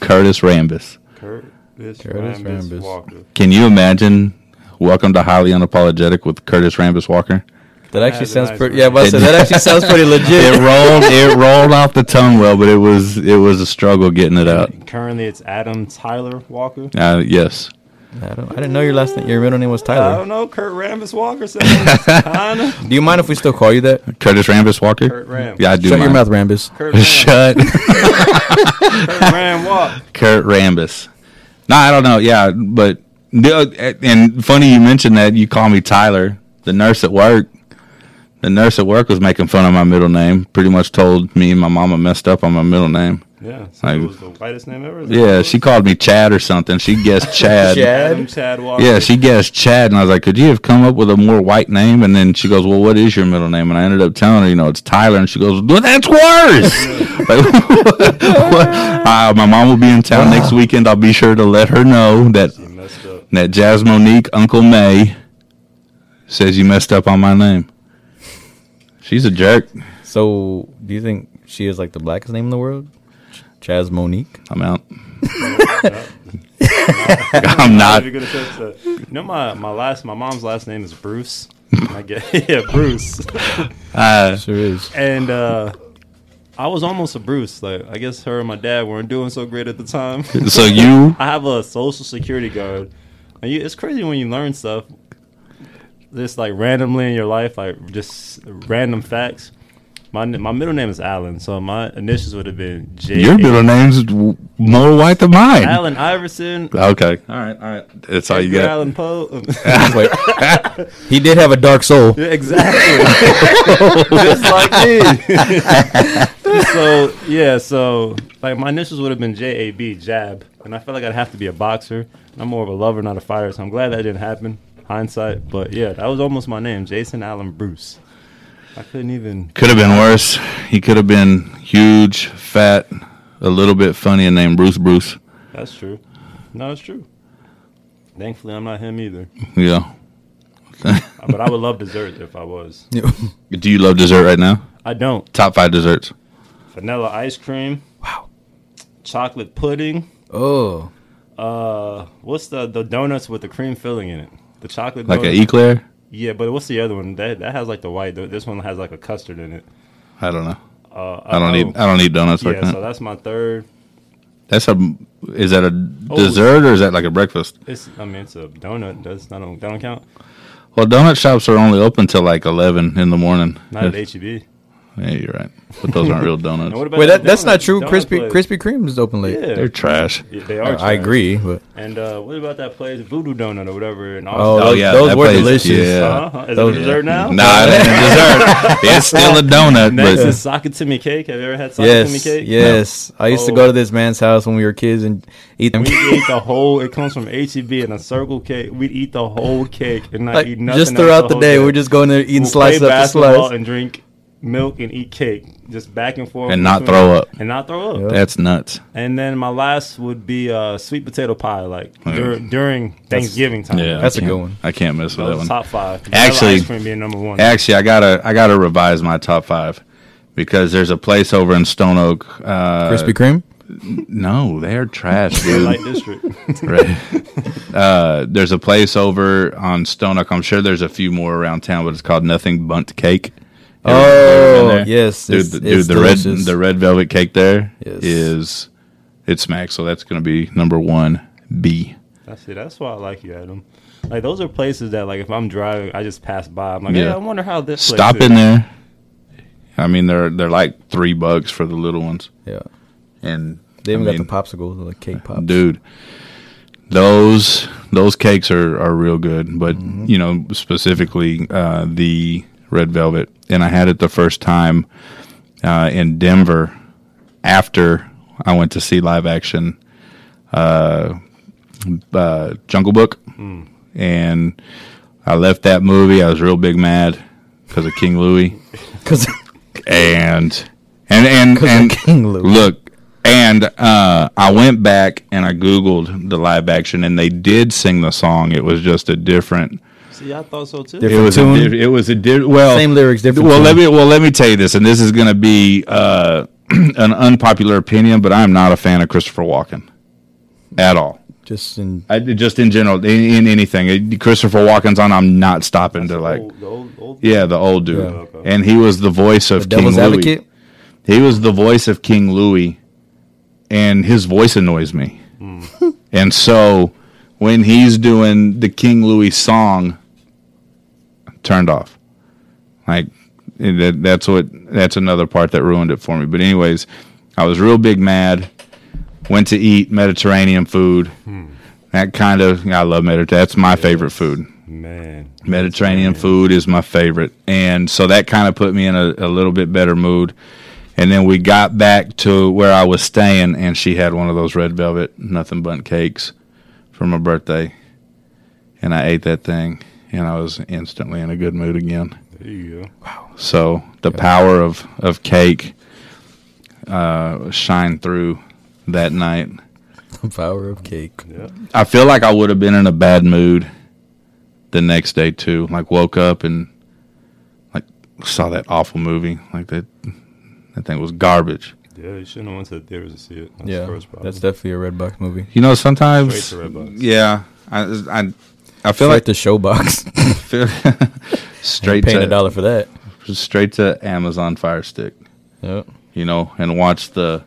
[SPEAKER 4] Curtis Rambis.
[SPEAKER 6] Kurt. This
[SPEAKER 5] Curtis
[SPEAKER 6] Curtis
[SPEAKER 5] Rambis.
[SPEAKER 6] Rambis Walker.
[SPEAKER 4] Can you imagine? Welcome to Highly Unapologetic with Curtis Rambis Walker.
[SPEAKER 5] That actually
[SPEAKER 6] That's a
[SPEAKER 5] sounds
[SPEAKER 6] nice
[SPEAKER 5] pretty.
[SPEAKER 6] one.
[SPEAKER 5] Yeah, but I said, that actually sounds pretty
[SPEAKER 4] it
[SPEAKER 5] legit.
[SPEAKER 4] rolled it rolled off the tongue well, but it was it was a struggle getting it out.
[SPEAKER 6] Currently, it's Adam Tyler Walker.
[SPEAKER 4] Uh, yes.
[SPEAKER 5] I, don't, I didn't know your last name. Your middle name was
[SPEAKER 6] I
[SPEAKER 5] Tyler.
[SPEAKER 6] don't know. Kurt Rambis Walker. sounds kinda-
[SPEAKER 5] Do you mind if we still call you that?
[SPEAKER 4] Curtis Rambis Walker?
[SPEAKER 6] Kurt Ram.
[SPEAKER 4] Yeah, I do.
[SPEAKER 5] Shut your
[SPEAKER 4] mind.
[SPEAKER 5] mouth, Rambis.
[SPEAKER 6] Kurt Ram.
[SPEAKER 4] Shut
[SPEAKER 6] Kurt Ram Walker.
[SPEAKER 4] Kurt Rambis. No, I don't know. Yeah, but the- and funny you mentioned that you call me Tyler. The nurse at work, the nurse at work was making fun of my middle name. Pretty much told me and my mama messed up on my middle name.
[SPEAKER 6] Yeah. So
[SPEAKER 4] Like-
[SPEAKER 6] it was the whitest name ever. Is that
[SPEAKER 4] Yeah,
[SPEAKER 6] what
[SPEAKER 4] she
[SPEAKER 6] it
[SPEAKER 4] called me Chad or something. She guessed Chad.
[SPEAKER 6] was?
[SPEAKER 5] Chad.
[SPEAKER 6] Adam Chad Walker.
[SPEAKER 4] Yeah, she guessed Chad, and I was like, "Could you have come up with a more white name?" And then she goes, "Well, what is your middle name?" And I ended up telling her, you know, it's Tyler, and she goes, "Well, that's worse." like, what? Uh, my mom will be in town next weekend. I'll be sure to let her know that
[SPEAKER 6] She messed up.
[SPEAKER 4] that Jazz Monique Uncle May says you messed up on my name. She's a jerk.
[SPEAKER 5] So, do you think she is like the blackest name in the world? Ch- Chaz Monique.
[SPEAKER 4] I'm out. I'm not.
[SPEAKER 6] You're gonna touch that. You know my, my last my mom's last name is Bruce. I get yeah Bruce,
[SPEAKER 4] Uh,
[SPEAKER 5] Sure is.
[SPEAKER 6] and uh, I was almost a Bruce. Like I guess her and my dad weren't doing so great at the time.
[SPEAKER 4] so you
[SPEAKER 6] I have a social security guard. And you, it's crazy when you learn stuff just like randomly in your life, like just random facts. My n- my middle name is Allen, so my initials would have been J.
[SPEAKER 4] Your middle name's w- more white than mine.
[SPEAKER 6] Allen Iverson.
[SPEAKER 4] Okay. All right. All right. That's all you
[SPEAKER 6] Edgar
[SPEAKER 4] got.
[SPEAKER 6] Allan Poe.
[SPEAKER 5] Wait. he did have a dark soul.
[SPEAKER 6] Yeah, exactly. just like me. so yeah, so like my initials would have been J A B Jab, and I felt like I'd have to be a boxer. I'm more of a lover, not a fighter, so I'm glad that didn't happen. Hindsight, but yeah, that was almost my name, Jason Allen Bruce. I couldn't even.
[SPEAKER 4] Could have been worse. He could have been huge, fat, a little bit funny, and named Bruce Bruce.
[SPEAKER 6] That's true. No, it's true. Thankfully, I'm not him either.
[SPEAKER 4] Yeah.
[SPEAKER 6] But I would love dessert if I was.
[SPEAKER 4] Do you love dessert right now?
[SPEAKER 6] I don't.
[SPEAKER 4] Top five desserts.
[SPEAKER 6] Vanilla ice cream. Wow. Chocolate pudding.
[SPEAKER 5] oh.
[SPEAKER 6] Uh, what's the the donuts with the cream filling in it? The chocolate
[SPEAKER 4] Like an
[SPEAKER 5] e-
[SPEAKER 6] donut?
[SPEAKER 4] eclair?
[SPEAKER 6] Oh, yeah, but what's the other one? That that has like the white. th- This one has like a custard in it.
[SPEAKER 4] I don't know.
[SPEAKER 6] Uh,
[SPEAKER 4] I don't
[SPEAKER 6] oh,
[SPEAKER 4] eat. I don't eat donuts like
[SPEAKER 6] yeah,
[SPEAKER 4] that.
[SPEAKER 6] so that's my third.
[SPEAKER 4] That's a. Is that a
[SPEAKER 6] Oh.
[SPEAKER 4] dessert or is that like a breakfast?
[SPEAKER 6] It's I mean it's a donut. That's not that don't count.
[SPEAKER 4] Well, donut shops are only open till like eleven in the morning.
[SPEAKER 6] Not at
[SPEAKER 4] If-
[SPEAKER 6] HEB.
[SPEAKER 4] yeah, you're right. But those aren't real donuts.
[SPEAKER 6] And what about
[SPEAKER 5] Wait, that,
[SPEAKER 6] the
[SPEAKER 5] that's
[SPEAKER 6] donut-
[SPEAKER 5] not true.
[SPEAKER 6] donut
[SPEAKER 5] Krispy
[SPEAKER 6] place?
[SPEAKER 5] Krispy Kreme is open late.
[SPEAKER 6] Yeah.
[SPEAKER 4] They're trash.
[SPEAKER 6] Yeah, they
[SPEAKER 5] Oh, I,
[SPEAKER 6] are.
[SPEAKER 5] I
[SPEAKER 6] trash.
[SPEAKER 5] agree, but
[SPEAKER 6] And uh, what about that place, Voodoo Donut or whatever? And
[SPEAKER 5] Oh,
[SPEAKER 6] all
[SPEAKER 5] those- those were delicious.
[SPEAKER 4] Yeah.
[SPEAKER 6] uh-huh. is it a dessert now?
[SPEAKER 4] Nah, it ain't a dessert. It's still a donut,
[SPEAKER 6] Next is
[SPEAKER 4] but
[SPEAKER 6] Sakatimi cake. Have you ever had Sakatimi
[SPEAKER 5] yes,
[SPEAKER 6] cake?
[SPEAKER 5] yes. I used to
[SPEAKER 6] Oh.
[SPEAKER 5] go to this man's house when we were kids and eat them.
[SPEAKER 6] We eat the whole. It comes from HEB in a circle cake. We'd eat the whole cake and not
[SPEAKER 5] like,
[SPEAKER 6] eat nothing.
[SPEAKER 5] just
[SPEAKER 6] else
[SPEAKER 5] throughout the
[SPEAKER 6] whole
[SPEAKER 5] day,
[SPEAKER 6] day.
[SPEAKER 5] we're just going there eating
[SPEAKER 6] We'll
[SPEAKER 5] slice
[SPEAKER 6] play
[SPEAKER 5] after
[SPEAKER 6] basketball
[SPEAKER 5] slice.
[SPEAKER 6] and drink milk and eat cake, just back and forth,
[SPEAKER 4] And not throw up.
[SPEAKER 6] and not throw up.
[SPEAKER 4] that's nuts.
[SPEAKER 6] And then my last would be uh, sweet potato pie, like dur- during Thanksgiving time.
[SPEAKER 4] Yeah,
[SPEAKER 5] That's
[SPEAKER 4] I
[SPEAKER 5] a
[SPEAKER 4] can't-
[SPEAKER 5] good one.
[SPEAKER 4] I can't mess with
[SPEAKER 6] That
[SPEAKER 4] that
[SPEAKER 6] was
[SPEAKER 4] one.
[SPEAKER 6] top five. Vanilla
[SPEAKER 4] Actually-
[SPEAKER 6] ice cream being number one.
[SPEAKER 4] Actually, I gotta I gotta revise my top five because there's a place over in Stone Oak. Uh,
[SPEAKER 5] Krispy Kreme?
[SPEAKER 4] no, they're trash,
[SPEAKER 6] Red
[SPEAKER 4] dude.
[SPEAKER 6] Light District.
[SPEAKER 4] Right. Uh, there's a place over on Stone Oak. I'm sure there's a few more around town, but it's called Nothing Bunt Cake.
[SPEAKER 5] Oh,
[SPEAKER 4] Been there?
[SPEAKER 5] yes.
[SPEAKER 4] dude,
[SPEAKER 5] it's-
[SPEAKER 4] the,
[SPEAKER 5] it's
[SPEAKER 4] dude, the red
[SPEAKER 5] delicious.
[SPEAKER 4] the red velvet cake there is
[SPEAKER 5] Yes.
[SPEAKER 4] it smacks. So that's gonna be number one B.
[SPEAKER 6] That's it. That's why I like you, Adam. Like those are places that, like, if I'm driving, I just pass by. I'm like, yeah,
[SPEAKER 4] Yeah.
[SPEAKER 6] I wonder how this. place
[SPEAKER 4] Stop
[SPEAKER 6] is.
[SPEAKER 4] in there. I mean, they're they're like three bucks for the little ones,
[SPEAKER 5] Yeah.
[SPEAKER 4] and
[SPEAKER 5] They even
[SPEAKER 4] I mean,
[SPEAKER 5] got the popsicles, the cake pops.
[SPEAKER 4] dude those those cakes are are real good but
[SPEAKER 5] Mm-hmm.
[SPEAKER 4] you know specifically uh the red velvet and i had it the first time uh in denver after i went to see live action uh uh jungle book and i left that movie i was real big mad because of king louis
[SPEAKER 5] Because
[SPEAKER 4] and and and and
[SPEAKER 5] King Louis.
[SPEAKER 4] look and uh i went back and i googled the live action and they did sing the song it was just a different
[SPEAKER 6] See, I thought so too.
[SPEAKER 4] it
[SPEAKER 5] different
[SPEAKER 4] was a,
[SPEAKER 5] tune.
[SPEAKER 4] diff- it was a di- well
[SPEAKER 5] Same lyrics, different
[SPEAKER 4] well let
[SPEAKER 5] tune.
[SPEAKER 4] me well let me tell you this and this is going to be uh an unpopular opinion but i'm not a fan of christopher walken at all
[SPEAKER 5] just in
[SPEAKER 4] I, just in general in, in anything Uh, christopher walken's on i'm not stopping to like
[SPEAKER 6] old, old, old.
[SPEAKER 4] yeah the old dude
[SPEAKER 6] Yeah.
[SPEAKER 4] and he was the voice of
[SPEAKER 5] the
[SPEAKER 4] king
[SPEAKER 5] devil's
[SPEAKER 4] louis
[SPEAKER 5] advocate.
[SPEAKER 4] he was the voice of King Louis, and his voice annoys me. and so when he's doing the King Louis song, turned off. Like that, that's what that's another part that ruined it for me. But anyways, I was real big mad. Went to eat Mediterranean food. That kind of I love Mediterranean. That's my favorite food.
[SPEAKER 6] Man,
[SPEAKER 4] Mediterranean food is my favorite. And so that kind of put me in a, a little bit better mood. And then we got back to where I was staying, and she had one of those red velvet nothing but cakes for my birthday. And I ate that thing, and I was instantly in a good mood again.
[SPEAKER 6] there you go.
[SPEAKER 4] So the power of, of cake uh, shined through that night.
[SPEAKER 5] Flower of cake.
[SPEAKER 4] I feel like I would have been in a bad mood the next day too. Like woke up and like saw that awful movie. Like that that thing was garbage.
[SPEAKER 6] Yeah, you shouldn't have went to the theaters to see it. That's
[SPEAKER 5] yeah,
[SPEAKER 6] the first problem.
[SPEAKER 5] that's definitely a red box movie.
[SPEAKER 4] You know, sometimes,
[SPEAKER 6] Straight to Redbox.
[SPEAKER 4] yeah, I, I, I
[SPEAKER 5] Feel
[SPEAKER 4] feel
[SPEAKER 5] like
[SPEAKER 4] like
[SPEAKER 5] the show box.
[SPEAKER 4] feel, straight
[SPEAKER 5] Paying
[SPEAKER 4] to
[SPEAKER 5] a dollar for that.
[SPEAKER 4] straight to Amazon Fire Stick,
[SPEAKER 5] Yep.
[SPEAKER 4] you know, and watch the.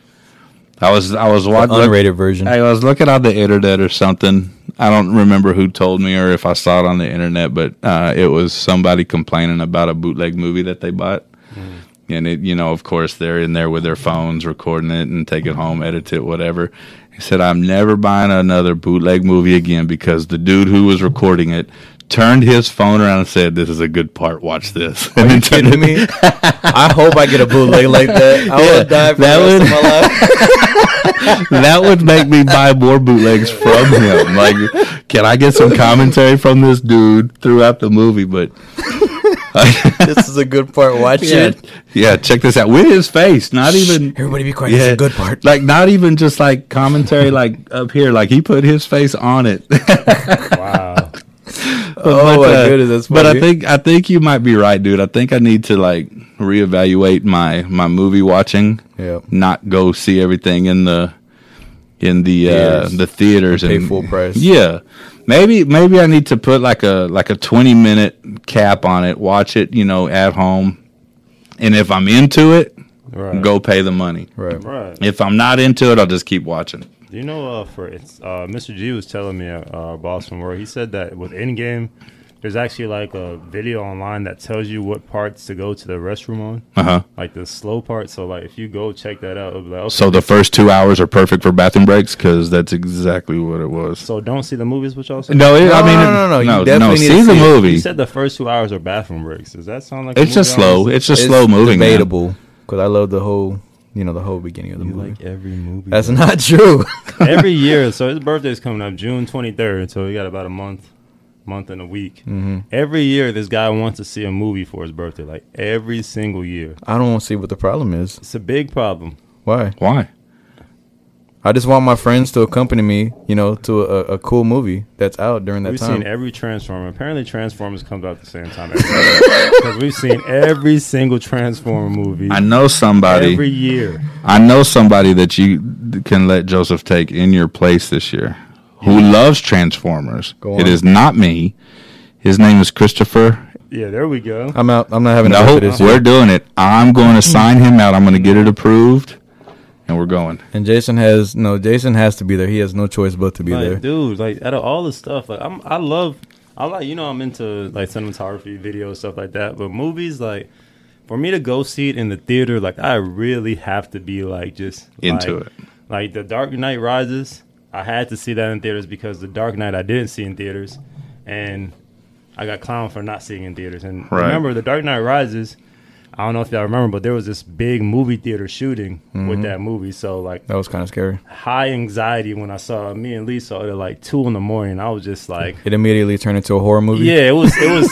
[SPEAKER 4] I was I was watching
[SPEAKER 5] Unrated version.
[SPEAKER 4] I was looking on the internet or something. I don't remember who told me or if I saw it on the internet, but uh, it was somebody complaining about a bootleg movie that they bought.
[SPEAKER 5] Mm-hmm.
[SPEAKER 4] And it, you know, of course, they're in there with their phones recording it and take it home, edit it, whatever. He said, I'm never buying another bootleg movie again because the dude who was recording it turned his phone around and said, This is a good part. Watch this. And then turned
[SPEAKER 5] kidding me? I hope I get a bootleg like that. I
[SPEAKER 4] Yeah,
[SPEAKER 5] will die for
[SPEAKER 4] that
[SPEAKER 5] that the rest of my life.
[SPEAKER 4] that would make me buy more bootlegs from him. Like, can I get some commentary from this dude throughout the movie? But
[SPEAKER 5] this is a good part. Watch
[SPEAKER 4] yeah,
[SPEAKER 5] it.
[SPEAKER 4] yeah, check this out with his face. Not even
[SPEAKER 5] Everybody be quiet. It's
[SPEAKER 4] yeah,
[SPEAKER 5] a good part.
[SPEAKER 4] Like, not even just like commentary, like up here. Like he put his face on it.
[SPEAKER 6] Wow.
[SPEAKER 5] Oh my goodness, that's
[SPEAKER 4] but I
[SPEAKER 5] funny.
[SPEAKER 4] think I think you might be right, dude. I think I need to like reevaluate my my movie watching.
[SPEAKER 5] Yeah.
[SPEAKER 4] Not go see everything in the in the uh,
[SPEAKER 5] Theaters.
[SPEAKER 4] the theaters
[SPEAKER 5] Pay full price.
[SPEAKER 4] Yeah. Maybe maybe I need to put like a like a 20 minute cap on it. Watch it, you know, at home. And if I'm into it,
[SPEAKER 6] Right.
[SPEAKER 4] go pay the money.
[SPEAKER 5] Right.
[SPEAKER 6] Right.
[SPEAKER 4] If I'm not into it, I'll just keep watching.
[SPEAKER 6] Do you know, uh, for it's, uh, Mr. G was telling me, uh, our boss from work, he said that with Endgame, there's actually like a video online that tells you what parts to go to the restroom on,
[SPEAKER 4] Uh-huh.
[SPEAKER 6] like the slow part. So, like, if you go check that out, it'll be like, okay.
[SPEAKER 4] So the first 2 hours are perfect for bathroom breaks cuz that's exactly what it was.
[SPEAKER 6] so don't see the movies, which also.
[SPEAKER 4] No, it, I
[SPEAKER 5] No,
[SPEAKER 4] mean,
[SPEAKER 5] no,
[SPEAKER 4] it-
[SPEAKER 5] no, no, you
[SPEAKER 4] no, no,
[SPEAKER 5] definitely need to
[SPEAKER 4] See the
[SPEAKER 5] see it.
[SPEAKER 4] movie.
[SPEAKER 6] You said the first two hours are bathroom breaks. Does that sound like a
[SPEAKER 4] It's just
[SPEAKER 6] movie
[SPEAKER 4] slow.
[SPEAKER 6] honestly?
[SPEAKER 4] It's just slow moving. man.
[SPEAKER 5] Debatable because I love the whole, you know, the whole beginning of the
[SPEAKER 6] You
[SPEAKER 5] movie.
[SPEAKER 6] like every movie.
[SPEAKER 5] That's
[SPEAKER 6] bro.
[SPEAKER 5] not true.
[SPEAKER 6] every year. So his birthday's coming up June 23rd. So we got about a month, month and a week. Every year, this guy wants to see a movie for his birthday. Like every single year,
[SPEAKER 5] I don't want to see what the problem is.
[SPEAKER 6] it's a big problem.
[SPEAKER 5] Why?
[SPEAKER 4] Why?
[SPEAKER 5] I just want my friends to accompany me, you know, to a, a cool movie that's out during that
[SPEAKER 6] We've
[SPEAKER 5] time.
[SPEAKER 6] seen every Transformer. Apparently, Transformers comes out at the same time. Because we've seen every single Transformer movie
[SPEAKER 4] I know somebody.
[SPEAKER 6] every year.
[SPEAKER 4] I know somebody that you can let Joseph take in your place this year, who loves Transformers.
[SPEAKER 5] Go
[SPEAKER 4] It
[SPEAKER 5] on.
[SPEAKER 4] is not me. His name is Christopher.
[SPEAKER 6] Yeah, there we go.
[SPEAKER 5] I'm out. I'm not having
[SPEAKER 4] No,
[SPEAKER 5] no, this.
[SPEAKER 4] we're doing it. I'm going to sign him out. I'm going to get it approved, and we're going.
[SPEAKER 5] And Jason has no. Jason has to be there. He has no choice but to be
[SPEAKER 6] like,
[SPEAKER 5] there.
[SPEAKER 6] dude, like out of all the stuff, like I'm, I love, I like, you know, I'm into like cinematography, video stuff like that. But movies, like, for me to go see it in the theater, like, I really have to be like just
[SPEAKER 4] Into
[SPEAKER 6] like-
[SPEAKER 4] it.
[SPEAKER 6] Like the Dark Knight Rises, I had to see that in theaters because the Dark Knight I didn't see in theaters, and I got clowned for not seeing in theaters. And
[SPEAKER 4] Right.
[SPEAKER 6] remember, the Dark Knight Rises. I don't know if y'all remember, but there was this big movie theater shooting
[SPEAKER 4] Mm-hmm.
[SPEAKER 6] with that movie. So like
[SPEAKER 5] That was kind of scary.
[SPEAKER 6] high anxiety when I saw it. me and Lee saw it at like two in the morning. I was just like,
[SPEAKER 5] It immediately turned into a horror movie.
[SPEAKER 6] yeah, it was it was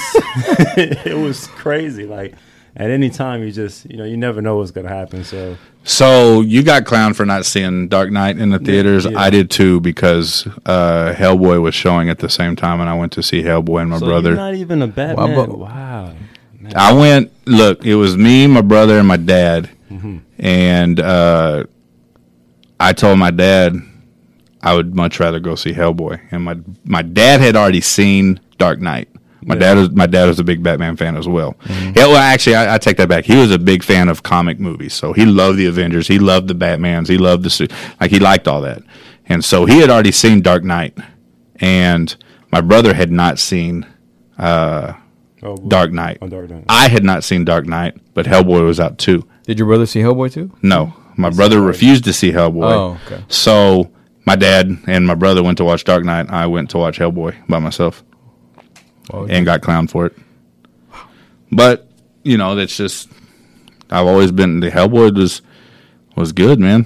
[SPEAKER 6] it was crazy. Like at any time, you just you know you never know what's gonna happen. So
[SPEAKER 4] So you got clowned for not seeing Dark Knight in the theaters.
[SPEAKER 6] yeah.
[SPEAKER 4] I did too because uh, Hellboy was showing at the same time, and I went to see Hellboy and my
[SPEAKER 6] so
[SPEAKER 4] brother.
[SPEAKER 6] you're not even a Batman.
[SPEAKER 5] but-
[SPEAKER 6] wow.
[SPEAKER 4] I went. Look, it was me, my brother, and my dad, and uh, I told my dad I would much rather go see Hellboy. And my my dad had already seen Dark Knight. My dad was my dad was a big Batman fan as well. Yeah, well, actually, I, I take that back. He was a big fan of comic movies, so he loved the Avengers. He loved the Batman's. He loved the su- like he liked all that, and so he had already seen Dark Knight, and my brother had not seen
[SPEAKER 6] Oh, boy.
[SPEAKER 4] Dark Knight.
[SPEAKER 6] Oh, Dark Knight.
[SPEAKER 4] I had not seen Dark Knight, but Hellboy was out too.
[SPEAKER 5] Did your brother see Hellboy too?
[SPEAKER 4] No, my brother refused to see Hellboy.
[SPEAKER 5] Oh, okay.
[SPEAKER 4] So my dad and my brother went to watch Dark Knight. I went to watch Hellboy by myself
[SPEAKER 5] Oh,
[SPEAKER 4] and got clowned for it. But you know, that's just I've always been the Hellboy was was good, man.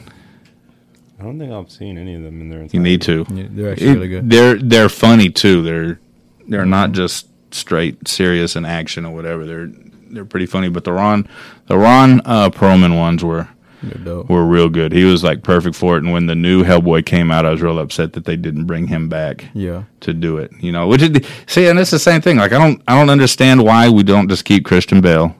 [SPEAKER 6] I don't think I've seen any of them in their
[SPEAKER 4] You
[SPEAKER 6] entire.
[SPEAKER 4] need to.
[SPEAKER 5] yeah, they're actually really
[SPEAKER 4] It-
[SPEAKER 5] good.
[SPEAKER 4] They're they're funny too. They're they're not just straight serious in action or whatever. They're they're pretty funny. But the Ron the Ron uh, Perlman ones were
[SPEAKER 5] They're dope.
[SPEAKER 4] were real good. He was like perfect for it. And when the new Hellboy came out, I was real upset that they didn't bring him back
[SPEAKER 5] Yeah.
[SPEAKER 4] to do it. You know, which is see, and it's the same thing. Like I don't I don't understand why we don't just keep Christian Bale.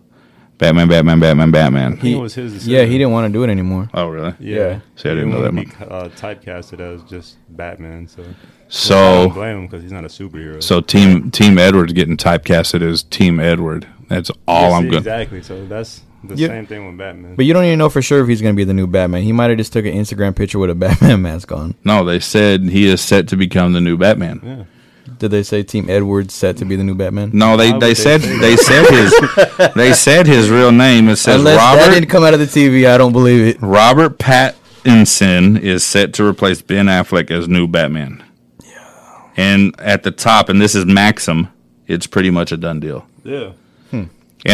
[SPEAKER 4] Batman, Batman, Batman, Batman.
[SPEAKER 6] He, it was his decision.
[SPEAKER 5] Yeah, he didn't want to do it anymore.
[SPEAKER 4] oh, really?
[SPEAKER 6] Yeah.
[SPEAKER 4] See, I didn't know
[SPEAKER 6] wanna
[SPEAKER 4] that
[SPEAKER 6] be,
[SPEAKER 4] much.
[SPEAKER 6] uh, typecasted as just Batman, so I don't
[SPEAKER 4] So,
[SPEAKER 6] blame him because he's not a superhero.
[SPEAKER 4] so team Team Edward's getting typecasted as Team Edward. That's all
[SPEAKER 6] Yeah,
[SPEAKER 4] I'm
[SPEAKER 6] see,
[SPEAKER 4] good.
[SPEAKER 6] Exactly. So that's the
[SPEAKER 5] Yeah.
[SPEAKER 6] same thing with Batman.
[SPEAKER 5] But you don't even know for sure if he's gonna be the new Batman. He might have just took an Instagram picture with a Batman mask on.
[SPEAKER 4] No, they said he is set to become the new Batman.
[SPEAKER 5] Did they say Team Edwards set to be the new Batman?
[SPEAKER 4] No, they,
[SPEAKER 6] would
[SPEAKER 4] they
[SPEAKER 6] they
[SPEAKER 4] said
[SPEAKER 6] say
[SPEAKER 4] they said his they said his real name. It says
[SPEAKER 5] Unless that
[SPEAKER 4] Robert
[SPEAKER 5] didn't come out of the TV, I don't believe it.
[SPEAKER 4] Robert Pattinson is set to replace Ben Affleck as new Batman. And at the top, and this is Maxim, it's pretty much a done deal.
[SPEAKER 6] yeah.
[SPEAKER 4] And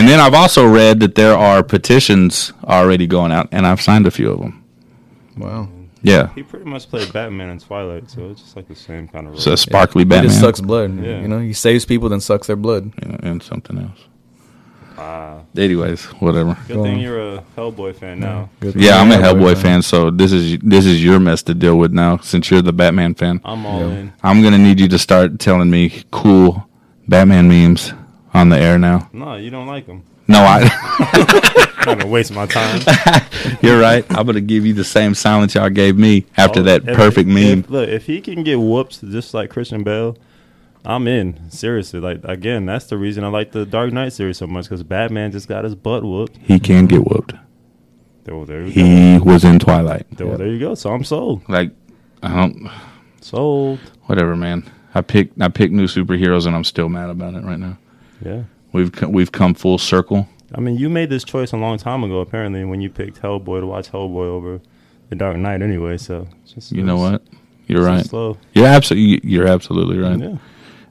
[SPEAKER 4] then I've also read that there are petitions already going out, and I've signed a few of them.
[SPEAKER 5] Wow.
[SPEAKER 4] Yeah,
[SPEAKER 6] He pretty much played Batman in Twilight, so it's just like the same kind of role.
[SPEAKER 4] it's a sparkly
[SPEAKER 5] He
[SPEAKER 4] Batman
[SPEAKER 5] just sucks blood.
[SPEAKER 6] Yeah.
[SPEAKER 5] You know, he saves people then sucks their blood.
[SPEAKER 4] and and something else. Anyways, whatever.
[SPEAKER 6] Good thing you're a Hellboy fan now.
[SPEAKER 5] Good
[SPEAKER 4] Yeah, I'm a
[SPEAKER 5] man.
[SPEAKER 4] Hellboy fan, so this is this is your mess to deal with now, since you're the Batman fan.
[SPEAKER 6] I'm all in.
[SPEAKER 4] I'm gonna need you to start telling me cool Batman memes on the air now.
[SPEAKER 6] No, you don't like him.
[SPEAKER 4] No, I.
[SPEAKER 6] I'm not gonna waste my time.
[SPEAKER 4] you're right. I'm gonna give you the same silence y'all gave me after
[SPEAKER 6] Oh,
[SPEAKER 4] that
[SPEAKER 6] if-
[SPEAKER 4] perfect
[SPEAKER 6] if-
[SPEAKER 4] meme.
[SPEAKER 6] look, if he can get whoops just like Christian Bale, I'm in. Seriously, like again, that's the reason I like the Dark Knight series so much because Batman just got his butt whooped.
[SPEAKER 4] He can get whooped.
[SPEAKER 6] There, there you go.
[SPEAKER 4] He was in Twilight.
[SPEAKER 6] There, there you go. So I'm sold.
[SPEAKER 4] Like, I don't.
[SPEAKER 6] Sold.
[SPEAKER 4] Whatever, man. I picked I picked new superheroes, and I'm still mad about it right now.
[SPEAKER 6] Yeah.
[SPEAKER 4] We've co- we've come full circle.
[SPEAKER 6] I mean, you made this choice a long time ago, apparently, when you picked Hellboy to watch Hellboy over The Dark Knight, anyway. So, it's just,
[SPEAKER 4] You know
[SPEAKER 6] it's-
[SPEAKER 4] what? You're
[SPEAKER 6] it's
[SPEAKER 4] right.
[SPEAKER 6] Slow.
[SPEAKER 4] You're absolutely you're absolutely right.
[SPEAKER 6] Yeah. Mm-hmm.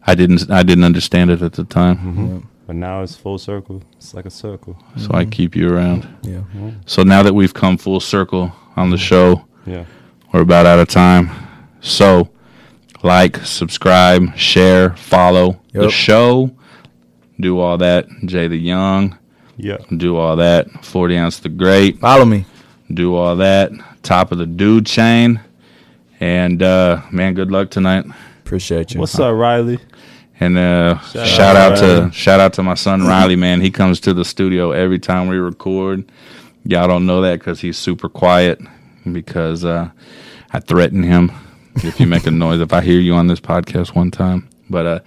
[SPEAKER 4] I didn't I didn't understand it at the time,
[SPEAKER 6] But now it's full circle. It's like a circle.
[SPEAKER 4] so I keep you around.
[SPEAKER 5] Yeah.
[SPEAKER 4] So now that we've come full circle on the show,
[SPEAKER 6] Yeah.
[SPEAKER 4] we're about out of time. So, like, subscribe, share, follow the
[SPEAKER 5] Yep.
[SPEAKER 4] show. Do all that. Jay the Young.
[SPEAKER 6] Yeah.
[SPEAKER 4] Do all that. 40 Ounce the Great.
[SPEAKER 5] Follow me.
[SPEAKER 4] Do all that. Top of the Dude Chain. And, uh, man, good luck tonight.
[SPEAKER 5] Appreciate you.
[SPEAKER 6] What's up, Riley?
[SPEAKER 4] And uh, shout,
[SPEAKER 6] Shout
[SPEAKER 4] out,
[SPEAKER 6] out
[SPEAKER 4] to shout out to my son Riley, man. He comes to the studio every time we record. Y'all don't know that because he's super quiet. Because uh, I threaten him if you make a noise if I hear you on this podcast one time. But uh,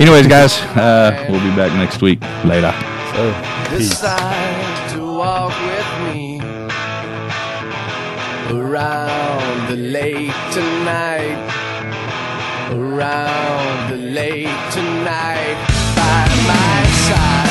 [SPEAKER 4] anyways, guys, uh, we'll be back next week. Later.
[SPEAKER 5] Hey.
[SPEAKER 7] Decide to walk with me around the lake tonight. Around the lake tonight by my side.